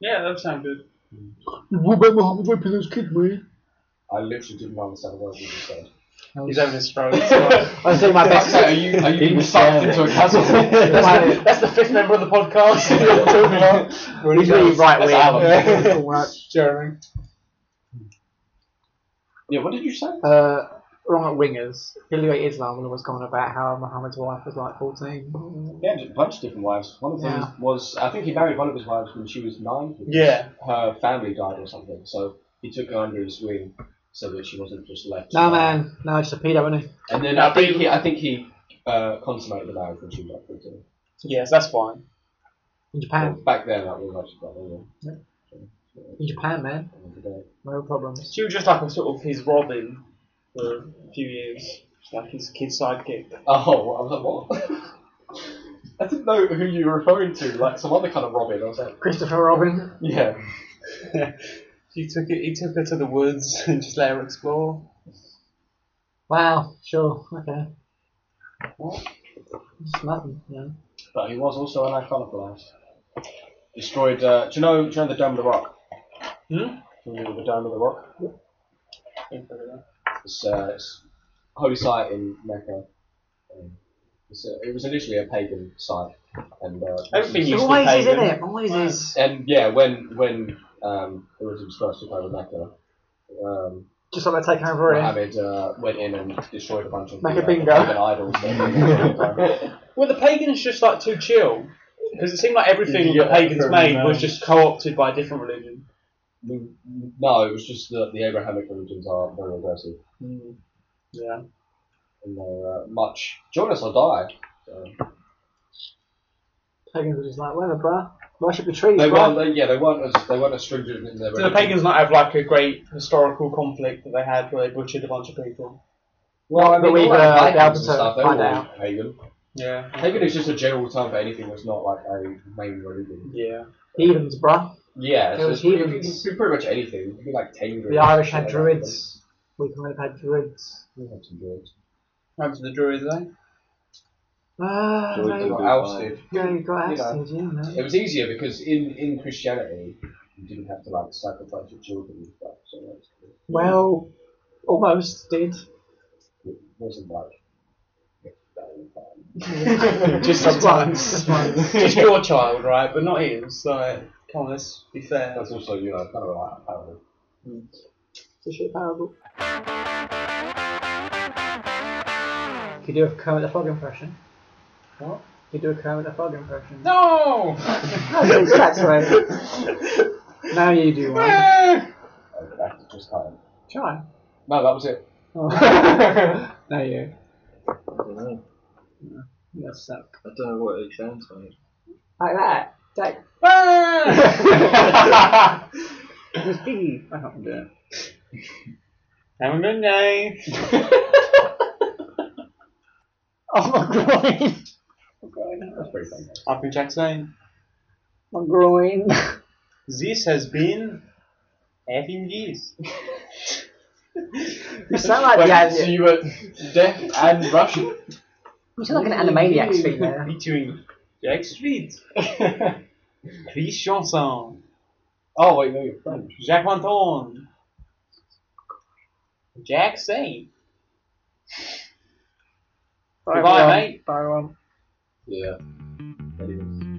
[SPEAKER 1] Yeah, that sounds good.
[SPEAKER 2] What about Muhammad raping those kids, man?
[SPEAKER 3] I literally didn't understand a word you just said.
[SPEAKER 1] He's having his throat. That's
[SPEAKER 2] I was doing my best.
[SPEAKER 3] Are you, are you being sucked into a chasm?
[SPEAKER 2] my,
[SPEAKER 1] the fifth member of the podcast.
[SPEAKER 2] he's really right wing.
[SPEAKER 3] Alan.
[SPEAKER 2] All right.
[SPEAKER 1] Jeremy.
[SPEAKER 3] yeah, what did you say?
[SPEAKER 2] Uh, wrong at wingers. Illuminate Islam was always going about how Muhammad's wife was like 14.
[SPEAKER 3] He had a bunch of different wives. One of them
[SPEAKER 2] Yeah.
[SPEAKER 3] was, I think he married one of his wives when she was nine.
[SPEAKER 1] Yeah.
[SPEAKER 3] Her family died or something, so he took her under his wing so that she wasn't just left.
[SPEAKER 2] No,
[SPEAKER 3] to die.
[SPEAKER 2] man. No, just a pedo, isn't he?
[SPEAKER 3] And then
[SPEAKER 1] No,
[SPEAKER 3] I think
[SPEAKER 1] but-
[SPEAKER 3] he, I think he uh, consummated the marriage when she was like 14.
[SPEAKER 1] Yes, that's fine.
[SPEAKER 2] In
[SPEAKER 1] Um,
[SPEAKER 2] Japan.
[SPEAKER 3] Well, back then, that was actually quite normal.
[SPEAKER 2] In Japan, man.
[SPEAKER 3] back in the day.
[SPEAKER 2] No problems.
[SPEAKER 1] She was just like a sort of his Robin for a few years, like his kid sidekick.
[SPEAKER 3] Oh, I was like, what? I didn't know who you were referring to, like some other kind of Robin. I was like,
[SPEAKER 2] Christopher Robin.
[SPEAKER 3] yeah.
[SPEAKER 1] She took it. He took her to the woods and just let her explore.
[SPEAKER 2] Wow. Sure. Okay.
[SPEAKER 1] What?
[SPEAKER 2] Just nothing. Yeah.
[SPEAKER 3] But he was also an iconoclast. Destroyed. Uh, do you know? Do you know the Dome of the Rock?
[SPEAKER 1] Hmm?
[SPEAKER 3] Do you remember the Dome of the Rock?
[SPEAKER 1] Think of it.
[SPEAKER 3] It's, uh, it's a holy site in Mecca. Um, it's a- it was initially a pagan site, and uh,
[SPEAKER 1] Everything
[SPEAKER 2] He
[SPEAKER 1] used to
[SPEAKER 2] always
[SPEAKER 1] pay
[SPEAKER 2] is in
[SPEAKER 1] them.
[SPEAKER 2] it. Always is.
[SPEAKER 3] and yeah, when when um, it was destroyed by Mecca, um,
[SPEAKER 2] Just like they take over it.
[SPEAKER 3] Mohammed uh, went in and destroyed a bunch of
[SPEAKER 2] Like a
[SPEAKER 3] uh,
[SPEAKER 2] bingo.
[SPEAKER 3] pagan idols. that-
[SPEAKER 1] Well, the pagans just like too chill because it seemed like everything
[SPEAKER 5] Yeah,
[SPEAKER 1] the pagans
[SPEAKER 5] from,
[SPEAKER 1] made
[SPEAKER 5] um,
[SPEAKER 1] was just co-opted by a different religion.
[SPEAKER 3] no, it was just that the Abrahamic religions are very aggressive
[SPEAKER 2] Hmm.
[SPEAKER 1] Yeah.
[SPEAKER 3] and they're uh, much join us or die. So-
[SPEAKER 2] Pagans are just like, whatever, bruh. Worship the trees,
[SPEAKER 3] They
[SPEAKER 2] bruh.
[SPEAKER 3] weren't. They, yeah, they weren't as they weren't as stringent in their.
[SPEAKER 1] Do the
[SPEAKER 3] religion.
[SPEAKER 1] pagans not have like a great historical conflict that they had where they butchered a bunch of people?
[SPEAKER 3] Well, I mean,
[SPEAKER 2] Believe,
[SPEAKER 3] all
[SPEAKER 2] uh, Albert
[SPEAKER 3] the pagans and stuff. They
[SPEAKER 2] find
[SPEAKER 3] were all
[SPEAKER 2] out.
[SPEAKER 3] pagan.
[SPEAKER 1] Yeah.
[SPEAKER 3] Pagan is just a general term for anything that's not like a main religion.
[SPEAKER 1] Yeah.
[SPEAKER 2] Heathens, bruh.
[SPEAKER 3] Yeah,
[SPEAKER 2] It
[SPEAKER 3] so
[SPEAKER 2] was
[SPEAKER 3] it's, it,
[SPEAKER 2] heathens.
[SPEAKER 3] could be pretty much anything. It could be like Tanger.
[SPEAKER 2] The Irish had druids. We kind of had druids.
[SPEAKER 3] We had some druids.
[SPEAKER 1] Remember the Druids, eh?
[SPEAKER 2] Ah, they
[SPEAKER 5] Druids are
[SPEAKER 3] They got
[SPEAKER 5] Goodbye.
[SPEAKER 3] ousted.
[SPEAKER 2] Yeah, you got
[SPEAKER 3] You know.
[SPEAKER 2] ousted, yeah, man.
[SPEAKER 3] It was easier because in, in Christianity, you didn't have to like sacrifice your children and stuff. So that's cool.
[SPEAKER 2] Well, almost did.
[SPEAKER 3] it wasn't like. it's done, fine.
[SPEAKER 1] just
[SPEAKER 2] Just
[SPEAKER 1] sometimes.
[SPEAKER 2] once. Just once.
[SPEAKER 1] just your child, right? But not his. Like, come on, let's be fair.
[SPEAKER 3] That's also you know kind of like a parody.
[SPEAKER 2] It's a shit parable. Could you do a Kermit the Frog impression?
[SPEAKER 1] What?
[SPEAKER 2] Could you do a Kermit the Frog impression?
[SPEAKER 1] No!
[SPEAKER 2] No, that's right. now you do one.
[SPEAKER 1] Eh.
[SPEAKER 3] Okay.
[SPEAKER 6] That's just kind of.
[SPEAKER 2] Try.
[SPEAKER 6] No, that was it.
[SPEAKER 2] Oh. no, you.
[SPEAKER 5] I don't know.
[SPEAKER 2] You're stuck.
[SPEAKER 5] I don't know what it sounds like.
[SPEAKER 2] Like that. Like. I can't do it.
[SPEAKER 1] Have a good night.
[SPEAKER 2] Oh my groin.
[SPEAKER 6] That's pretty fun.
[SPEAKER 1] I've been Jack Zane.
[SPEAKER 2] My groin.
[SPEAKER 1] This has been having this.
[SPEAKER 2] You sound like the
[SPEAKER 6] so
[SPEAKER 2] an-
[SPEAKER 6] you were deaf and Russian?
[SPEAKER 2] you sound like an animaniac thing there.
[SPEAKER 1] Featuring Jack Street, Chris Chanson,
[SPEAKER 6] oh, wait, no, you're French.
[SPEAKER 1] Jacques Anton, Jack Zane.
[SPEAKER 2] Bye,
[SPEAKER 1] Goodbye,
[SPEAKER 2] everyone.
[SPEAKER 1] mate.
[SPEAKER 2] Bye, everyone.
[SPEAKER 6] Yeah.
[SPEAKER 5] Anyways.